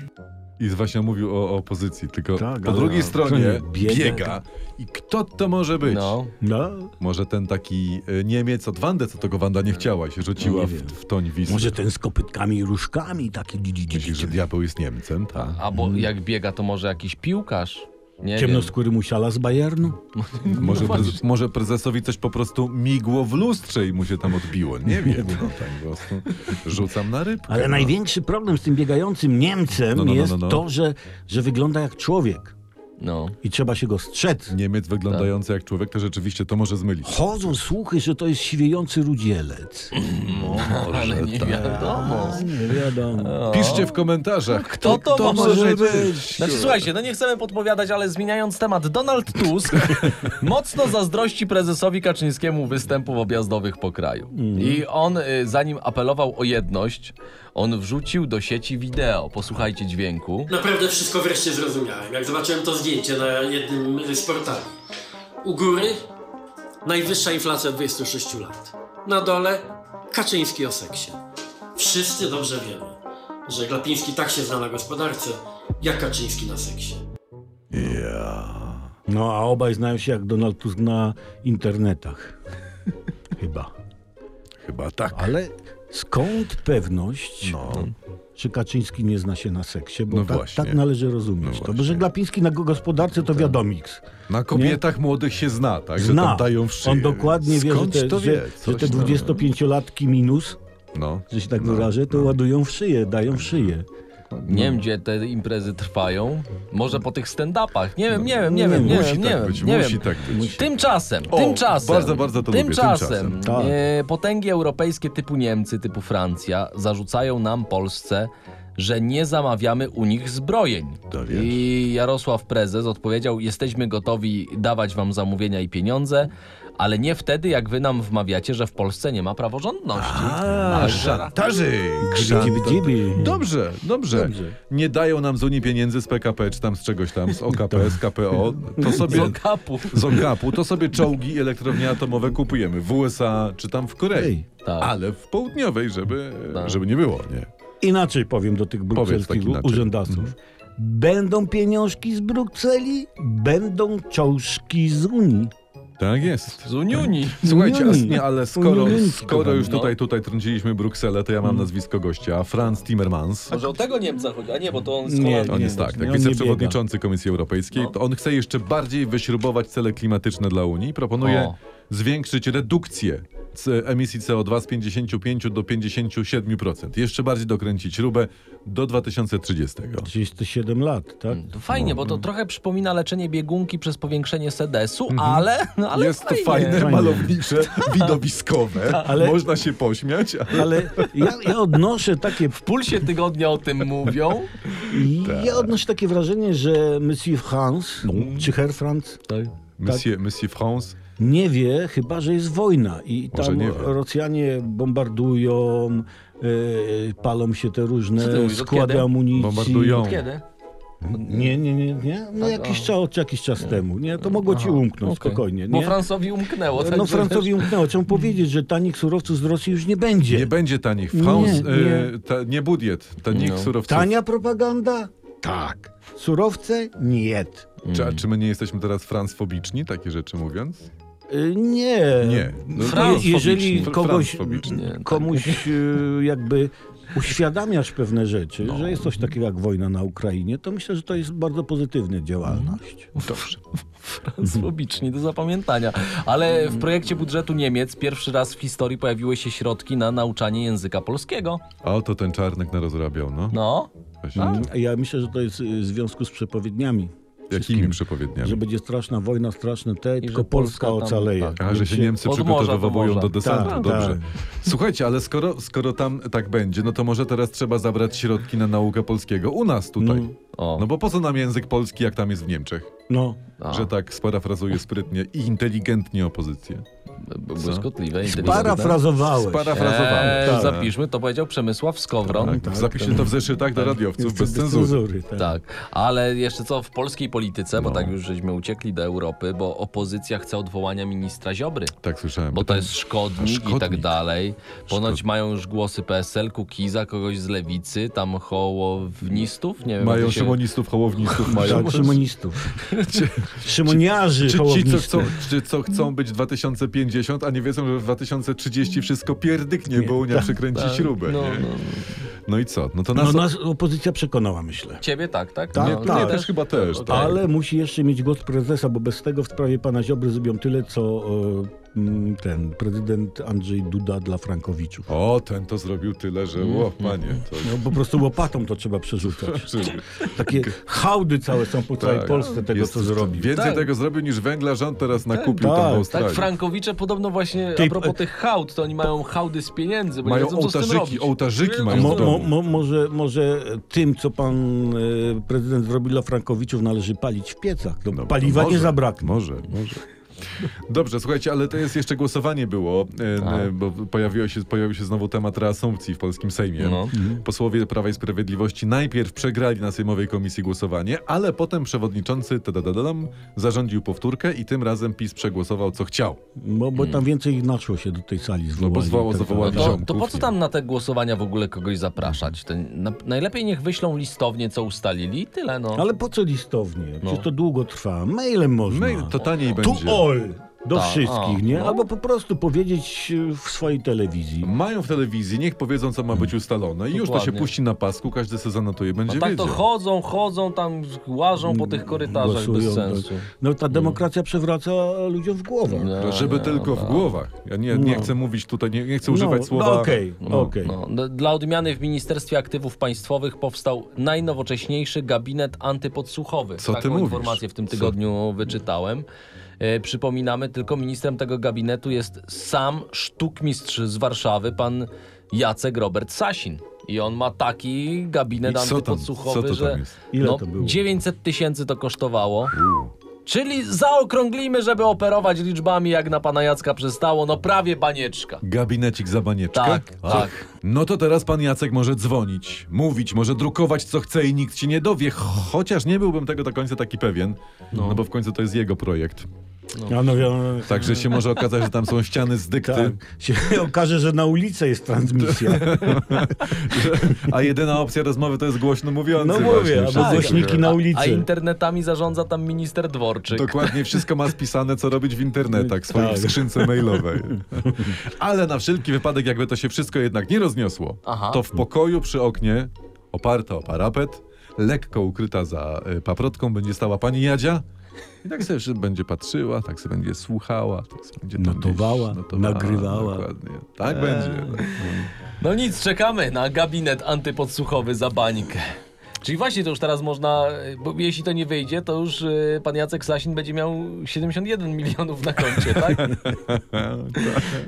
Speaker 1: I właśnie mówił o o opozycji, tylko
Speaker 3: Tak,
Speaker 1: po
Speaker 3: ale-
Speaker 1: drugiej stronie biega.
Speaker 3: biega.
Speaker 1: I kto to może być?
Speaker 2: No.
Speaker 3: No,
Speaker 1: Może ten taki e, Niemiec od Wandy, co tego Wanda nie chciała, i się rzuciła
Speaker 3: No,
Speaker 1: w,
Speaker 3: nie wiem.
Speaker 1: w toń Wisły.
Speaker 3: może ten z kopytkami i różkami, taki dzi- dzi- dzi-
Speaker 1: Myślisz, że diabeł jest Niemcem? Tak.
Speaker 2: Albo jak biega, to może jakiś piłkarz? Nie
Speaker 3: Ciemnoskóry musiala z Bayernu?
Speaker 1: Może,
Speaker 2: No
Speaker 1: prezes,
Speaker 2: właśnie.
Speaker 1: może prezesowi coś po prostu migło w lustrze i mu się tam odbiło. Nie wiem. No, tak po prostu rzucam na rybkę.
Speaker 3: Ale
Speaker 1: no.
Speaker 3: największy problem z tym biegającym Niemcem
Speaker 1: No, no, no,
Speaker 3: jest
Speaker 1: no, no.
Speaker 3: to, że, że wygląda jak człowiek
Speaker 2: wiem. No.
Speaker 3: i trzeba się go strzec.
Speaker 1: Niemiec wyglądający jak człowiek, to rzeczywiście to może zmylić.
Speaker 3: Chodzą słuchy, że to jest siwiejący rudzielec.
Speaker 2: Ale nie wiadomo.
Speaker 1: No
Speaker 3: A, nie wiadomo.
Speaker 1: Piszcie w komentarzach, kto,
Speaker 2: No. Kto to może
Speaker 1: być.
Speaker 2: Znaczy, słuchajcie, no nie chcemy podpowiadać, ale zmieniając temat, Donald Tusk mocno zazdrości prezesowi Kaczyńskiemu występów objazdowych po kraju. I on, y, zanim apelował o jedność, on wrzucił do sieci wideo. Posłuchajcie dźwięku.
Speaker 5: Naprawdę wszystko wreszcie zrozumiałem, jak zobaczyłem to zdjęcie na jednym z portali. U góry najwyższa inflacja od 26 lat. Na dole Kaczyński o seksie. Wszyscy dobrze wiemy, że Glapiński tak się zna na gospodarce, jak Kaczyński na seksie.
Speaker 3: No a obaj znają się jak Donald Tusk na internetach. Chyba.
Speaker 1: Chyba tak.
Speaker 3: Ale skąd pewność, że Kaczyński nie zna się na seksie? Bo
Speaker 1: No
Speaker 3: tak,
Speaker 1: właśnie. No
Speaker 3: tak należy rozumieć to. Bo że
Speaker 1: właśnie. Tak.
Speaker 3: Glapiński na gospodarce to wiadomiks.
Speaker 1: Na kobietach młodych się zna, tak? Że
Speaker 3: Zna.
Speaker 1: tam dają w szyję.
Speaker 3: On dokładnie wie, że
Speaker 1: Skądś
Speaker 3: te,
Speaker 1: to
Speaker 3: że,
Speaker 1: wie.
Speaker 3: że
Speaker 1: Coś
Speaker 3: te
Speaker 1: tam.
Speaker 3: 25-latki minus,
Speaker 1: No.
Speaker 3: że się tak
Speaker 1: No,
Speaker 3: wyrażę, to
Speaker 1: no.
Speaker 3: ładują w szyję, dają w szyję.
Speaker 2: Nie wiem, gdzie te imprezy trwają. Może po tych stand-upach. Nie wiem, nie wiem, nie
Speaker 3: nie,
Speaker 2: wiem, nie
Speaker 1: musi
Speaker 2: wiem, nie
Speaker 1: tak
Speaker 2: wiem.
Speaker 1: być,
Speaker 2: nie
Speaker 1: musi
Speaker 2: wiem.
Speaker 1: tak być.
Speaker 2: Tymczasem,
Speaker 1: O,
Speaker 2: tymczasem.
Speaker 1: bardzo, bardzo to lubię,
Speaker 2: Tymczasem.
Speaker 1: tymczasem.
Speaker 3: Tak.
Speaker 2: e, potęgi europejskie typu Niemcy, typu Francja zarzucają nam Polsce, że nie zamawiamy u nich zbrojeń. I Jarosław Prezes odpowiedział: Jesteśmy gotowi dawać wam zamówienia i pieniądze, ale nie wtedy, jak wy nam wmawiacie, że w Polsce nie ma praworządności.
Speaker 1: A, szantaży!
Speaker 3: Gdziby,
Speaker 1: Dobrze, dobrze, Nie dają nam z Unii pieniędzy z PKP, czy tam z czegoś tam, z OKP, z KPO. To
Speaker 2: Z
Speaker 1: sobie...
Speaker 2: okapu.
Speaker 1: Z okapu, to sobie czołgi i elektrownie atomowe kupujemy w USA czy tam w Korei.
Speaker 2: Tak.
Speaker 1: Ale w południowej, żeby, żeby nie było, nie?
Speaker 3: Inaczej powiem do tych brukselskich
Speaker 1: tak inaczej.
Speaker 3: urzędowców. Będą pieniążki z Brukseli, będą czołżki z Unii.
Speaker 1: Tak jest.
Speaker 2: Z Uniunii.
Speaker 1: Słuchajcie, a,
Speaker 3: Unii.
Speaker 1: nie, ale skoro,
Speaker 3: Unii,
Speaker 1: skoro już
Speaker 2: kochani,
Speaker 1: tutaj, tutaj trąciliśmy Brukselę, to ja
Speaker 3: Mm.
Speaker 1: mam nazwisko gościa, Franz Timmermans.
Speaker 2: Może o tego Niemca chodzi, a nie, bo to on
Speaker 3: Nie,
Speaker 2: z Holandii.
Speaker 1: On
Speaker 3: nie,
Speaker 1: jest
Speaker 3: nie,
Speaker 1: tak,
Speaker 3: on
Speaker 1: tak
Speaker 3: nie
Speaker 1: wiceprzewodniczący Komisji Europejskiej.
Speaker 2: No.
Speaker 1: To On chce jeszcze bardziej wyśrubować cele klimatyczne dla Unii. Proponuje
Speaker 2: O.
Speaker 1: zwiększyć redukcję c- emisji CO2 z 55 do 57%. Jeszcze bardziej dokręcić śrubę do 2030.
Speaker 3: 37 lat, tak?
Speaker 1: Mhm.
Speaker 2: To Fajnie, bo to trochę przypomina leczenie biegunki przez powiększenie sedesu, ale, no,
Speaker 1: Mhm.
Speaker 2: ale
Speaker 1: jest to
Speaker 2: fajnie.
Speaker 1: fajne,
Speaker 3: Fajnie.
Speaker 1: malownicze, widowiskowe.
Speaker 3: Ale-
Speaker 1: Można się pośmiać, ale...
Speaker 3: Ale ja, ja odnoszę takie
Speaker 2: W pulsie tygodnia o tym mówią.
Speaker 1: Tak.
Speaker 3: ja odnoszę takie wrażenie, że Monsieur
Speaker 1: No.
Speaker 3: France czy Herr France
Speaker 1: Tak. Monsieur, Monsieur France,
Speaker 3: nie wie, chyba że jest wojna i
Speaker 1: Może
Speaker 3: tam
Speaker 1: nie wie.
Speaker 3: Rosjanie bombardują, e, palą się te
Speaker 2: Co ty
Speaker 3: różne
Speaker 2: mówisz, od
Speaker 3: składy
Speaker 2: kiedy?
Speaker 3: amunicji.
Speaker 1: Bombardują.
Speaker 2: Od kiedy?
Speaker 3: Nie, nie, nie, nie.
Speaker 2: Tak,
Speaker 3: No jakiś czas, jakiś czas temu. Nie, to mogło ci
Speaker 1: No,
Speaker 3: umknąć
Speaker 2: Okej.
Speaker 3: spokojnie.
Speaker 2: Bo tak,
Speaker 3: Nie?
Speaker 2: Francowi umknęło.
Speaker 3: No
Speaker 2: także-
Speaker 3: Francowi umknęło. Chcę powiedzieć, że tanich surowców z Rosji już nie będzie.
Speaker 1: nie będzie tanich. France,
Speaker 3: Nie,
Speaker 1: nie,
Speaker 3: nie.
Speaker 1: ta, nie budiet, tanich
Speaker 2: No.
Speaker 1: surowców.
Speaker 3: Tania propaganda? Tak. Surowce? Nie.
Speaker 1: Czy, a czy my nie jesteśmy teraz fransfobiczni, takie rzeczy mówiąc?
Speaker 3: Y, Nie.
Speaker 1: Nie. No,
Speaker 3: Je- jeżeli
Speaker 1: Fr-
Speaker 3: kogoś,
Speaker 1: fransfobiczni.
Speaker 2: Nie, tak.
Speaker 3: komuś y, jakby uświadamiasz pewne rzeczy,
Speaker 1: No.
Speaker 3: że jest coś takiego jak wojna na Ukrainie, to myślę, że to jest bardzo pozytywna działalność.
Speaker 1: Dobrze.
Speaker 2: Słobiczni do zapamiętania. Ale w projekcie budżetu Niemiec pierwszy raz w historii pojawiły się środki na nauczanie języka polskiego.
Speaker 1: A oto ten czarnek narozrabiał, no.
Speaker 2: No,
Speaker 1: Właśnie.
Speaker 3: Mhm. A Ja myślę, że to jest y, w związku z przepowiedniami.
Speaker 1: Jakimi
Speaker 3: wszystkimi.
Speaker 1: przepowiedniami?
Speaker 3: Że będzie straszna wojna, straszne te, tylko
Speaker 2: że Polska
Speaker 3: Polska,
Speaker 2: tam-
Speaker 3: ocaleje.
Speaker 2: tak.
Speaker 1: A, że się Niemcy
Speaker 2: Od morza do
Speaker 1: przygotowywują
Speaker 2: morza.
Speaker 1: do desantu,
Speaker 3: Tak,
Speaker 1: dobrze.
Speaker 3: tak.
Speaker 1: Słuchajcie, ale skoro, skoro tam tak będzie, no to może teraz trzeba zabrać środki na naukę polskiego u nas tutaj.
Speaker 2: o.
Speaker 1: No bo po co nam język polski, jak tam jest w Niemczech?
Speaker 3: No,
Speaker 2: A,
Speaker 1: Że tak sparafrazuję sprytnie i inteligentnie opozycję.
Speaker 2: b- błyskotliwe. inteligentne.
Speaker 3: sparafrazowałeś.
Speaker 1: Sparafrazowałem.
Speaker 2: Eee,
Speaker 3: tak.
Speaker 2: Zapiszmy, to powiedział Przemysław Skowron.
Speaker 1: tak, zapiszcie to w zeszytach dla radiowców, bez cenzury.
Speaker 3: tak.
Speaker 2: Tak, ale jeszcze co w polskiej polityce,
Speaker 1: No.
Speaker 2: bo tak już żeśmy uciekli do Europy, bo opozycja chce odwołania ministra Ziobry.
Speaker 1: Tak słyszałem.
Speaker 2: Bo to jest szkodnik, i tak
Speaker 1: szkodnik.
Speaker 2: dalej. Ponoć mają już głosy PSL, Kukiza, kogoś z lewicy, tam hołownistów, nie wiem. jak
Speaker 1: Mają
Speaker 2: to się...
Speaker 1: szymonistów, hołownistów, mają...
Speaker 3: Tak, szymonistów. Szymoniarzy,
Speaker 1: Czy ci, co
Speaker 3: hołownicy.
Speaker 1: chcą, czy co chcą być 2050, a nie wiedzą, że w 2030 wszystko pierdyknie, bo Unia przekręci śrubę.
Speaker 2: No,
Speaker 1: nie?
Speaker 2: no.
Speaker 1: No i co? No to nas...
Speaker 3: tak, No nas opozycja przekonała, myślę.
Speaker 2: Ciebie tak, tak?
Speaker 3: Tak,
Speaker 2: no,
Speaker 3: tak.
Speaker 2: no,
Speaker 1: nie,
Speaker 3: tak.
Speaker 1: też chyba też. Tak.
Speaker 3: Ale musi jeszcze mieć głos prezesa, bo bez tego w sprawie pana Ziobry zrobią tyle, co e, mm, ten prezydent Andrzej Duda dla Frankowiczów.
Speaker 1: O, ten to zrobił tyle, że
Speaker 3: Mm,
Speaker 1: o, panie, to...
Speaker 3: No, po prostu łopatą to trzeba przerzucać. Takie hałdy całe są po całej
Speaker 1: Tak.
Speaker 3: Polsce tego,
Speaker 1: Jest-
Speaker 3: co zrobił.
Speaker 1: Więcej
Speaker 2: Tak.
Speaker 1: tego zrobił niż węgla rząd teraz nakupił tam
Speaker 3: tak,
Speaker 1: w
Speaker 3: tak,
Speaker 1: Australii.
Speaker 2: Frankowicze podobno właśnie,
Speaker 3: Ty-
Speaker 2: a propos tych hałd, to oni mają hałdy z pieniędzy, bo
Speaker 1: Mają
Speaker 2: nie wiedzą, co z tym
Speaker 1: ołtarzyki,
Speaker 2: robić.
Speaker 1: ołtarzyki
Speaker 2: Nie
Speaker 1: mają
Speaker 2: wiedzą,
Speaker 1: w
Speaker 3: Mo,
Speaker 2: co-
Speaker 1: domu.
Speaker 3: mo, mo, może, może tym, co pan e, prezydent zrobił dla Frankowiczów, należy palić w piecach. No,
Speaker 1: No,
Speaker 3: paliwa
Speaker 1: może,
Speaker 3: nie zabraknie.
Speaker 1: Może, może. Dobrze, słuchajcie, ale to jest jeszcze głosowanie było, e,
Speaker 2: Tak.
Speaker 1: e, bo pojawiło się, pojawił się znowu temat reasumpcji w polskim Sejmie.
Speaker 2: No.
Speaker 3: Mhm.
Speaker 1: Posłowie Prawa i Sprawiedliwości najpierw przegrali na Sejmowej Komisji głosowanie, ale potem przewodniczący tadadadam, zarządził powtórkę i tym razem PiS przegłosował, co chciał.
Speaker 3: Bo, bo
Speaker 1: Hmm.
Speaker 3: tam więcej ich naszło się do tej sali. Zwołali,
Speaker 1: zwołało-
Speaker 3: tak dalej.
Speaker 1: zawołali.
Speaker 2: No to, to
Speaker 1: ziomków,
Speaker 2: po co
Speaker 1: nie?
Speaker 2: tam na te głosowania w ogóle kogoś zapraszać? Ten, na, najlepiej niech wyślą listownie, co ustalili i tyle, no.
Speaker 3: Ale po co listownie? Przecież to długo trwa. Mailem można.
Speaker 1: No i No. to taniej
Speaker 3: to
Speaker 1: będzie.
Speaker 3: all do
Speaker 2: Ta,
Speaker 3: wszystkich,
Speaker 2: a,
Speaker 3: nie?
Speaker 2: no.
Speaker 3: Albo po prostu powiedzieć y, w swojej telewizji.
Speaker 1: Mają w telewizji, niech powiedzą, co ma być ustalone i już to się
Speaker 2: Dokładnie.
Speaker 1: puści na pasku, każdy se zanotuje, będzie
Speaker 2: tak to
Speaker 1: wiedział.
Speaker 2: chodzą, chodzą, tam łażą po tych korytarzach bez
Speaker 3: Mm, tak.
Speaker 2: sensu.
Speaker 3: No ta demokracja przewraca ludziom w głowę.
Speaker 1: To Żeby tylko
Speaker 2: no.
Speaker 1: w głowach. Ja nie, nie chcę mówić tutaj, nie, nie chcę używać
Speaker 3: no,
Speaker 1: słowa.
Speaker 3: No okej, okej.
Speaker 2: No, d- dla odmiany w Ministerstwie Aktywów Państwowych powstał najnowocześniejszy gabinet antypodsłuchowy.
Speaker 1: Co ty
Speaker 2: Taką
Speaker 1: mówisz?
Speaker 2: informację w tym tygodniu wyczytałem. E, przypominamy, tylko ministrem tego gabinetu jest sam sztukmistrz z Warszawy, pan Jacek Robert Sasin. I on ma taki gabinet
Speaker 1: I co tam-
Speaker 2: antypodsłuchowy,
Speaker 1: co to
Speaker 2: że
Speaker 1: tam jest?
Speaker 3: Ile
Speaker 2: no,
Speaker 3: to było?
Speaker 2: 900 tysięcy to kosztowało. Czyli zaokrąglimy, żeby operować liczbami, jak na pana Jacka przystało, no prawie banieczka.
Speaker 1: Gabinecik za banieczkę?
Speaker 2: Tak, tak.
Speaker 1: No to teraz pan Jacek może dzwonić, mówić, może drukować co chce i nikt się nie dowie, chociaż nie byłbym tego do końca taki pewien, no, bo w końcu to jest jego projekt.
Speaker 3: A no, wiadomo,
Speaker 1: Także się może okazać, że tam są ściany z dykty,
Speaker 3: tak. Się okaże, że na ulicy jest transmisja.
Speaker 1: a jedyna opcja rozmowy to jest głośno mówiący.
Speaker 3: Tak. No
Speaker 1: właśnie,
Speaker 3: mówię,
Speaker 1: wszystko.
Speaker 3: albo głośniki na
Speaker 2: Tak, A
Speaker 3: ulicy.
Speaker 2: internetami zarządza tam minister Dworczyk.
Speaker 1: Dokładnie, wszystko ma spisane, co robić w internetach, w swojej
Speaker 3: Tak.
Speaker 1: skrzynce mailowej. Ale na wszelki wypadek, jakby to się wszystko jednak nie rozniosło,
Speaker 2: Aha.
Speaker 1: to w pokoju przy oknie, oparta o parapet, lekko ukryta za y, paprotką, będzie stała pani Jadzia. I tak sobie jeszcze będzie patrzyła, tak sobie będzie słuchała, tak sobie będzie tam
Speaker 3: Notowała,
Speaker 1: gdzieś
Speaker 3: nagrywała.
Speaker 1: Dokładnie. Tak będzie.
Speaker 2: No nic, czekamy na gabinet antypodsłuchowy za bańkę. Czyli właśnie to już teraz można, bo jeśli to nie wyjdzie, to już y, pan Jacek Sasin będzie miał 71 milionów na koncie, tak?
Speaker 1: tak.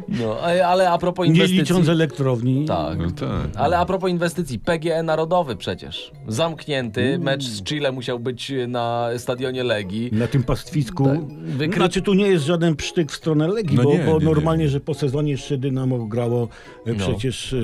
Speaker 2: No, a- ale a propos
Speaker 3: Nie
Speaker 2: inwestycji...
Speaker 3: licząc elektrowni.
Speaker 2: Tak.
Speaker 1: No tak.
Speaker 2: Ale a propos inwestycji, PGE Narodowy przecież. Zamknięty, mecz z Chile musiał być na stadionie Legii.
Speaker 3: Na tym pastwisku.
Speaker 2: Tak, wykry-
Speaker 3: Znaczy tu nie jest żaden psztyk w stronę Legii,
Speaker 1: No
Speaker 3: bo,
Speaker 1: nie,
Speaker 3: bo
Speaker 1: nie, nie.
Speaker 3: normalnie, że po sezonie jeszcze Dynamo grało e,
Speaker 2: No.
Speaker 3: przecież e,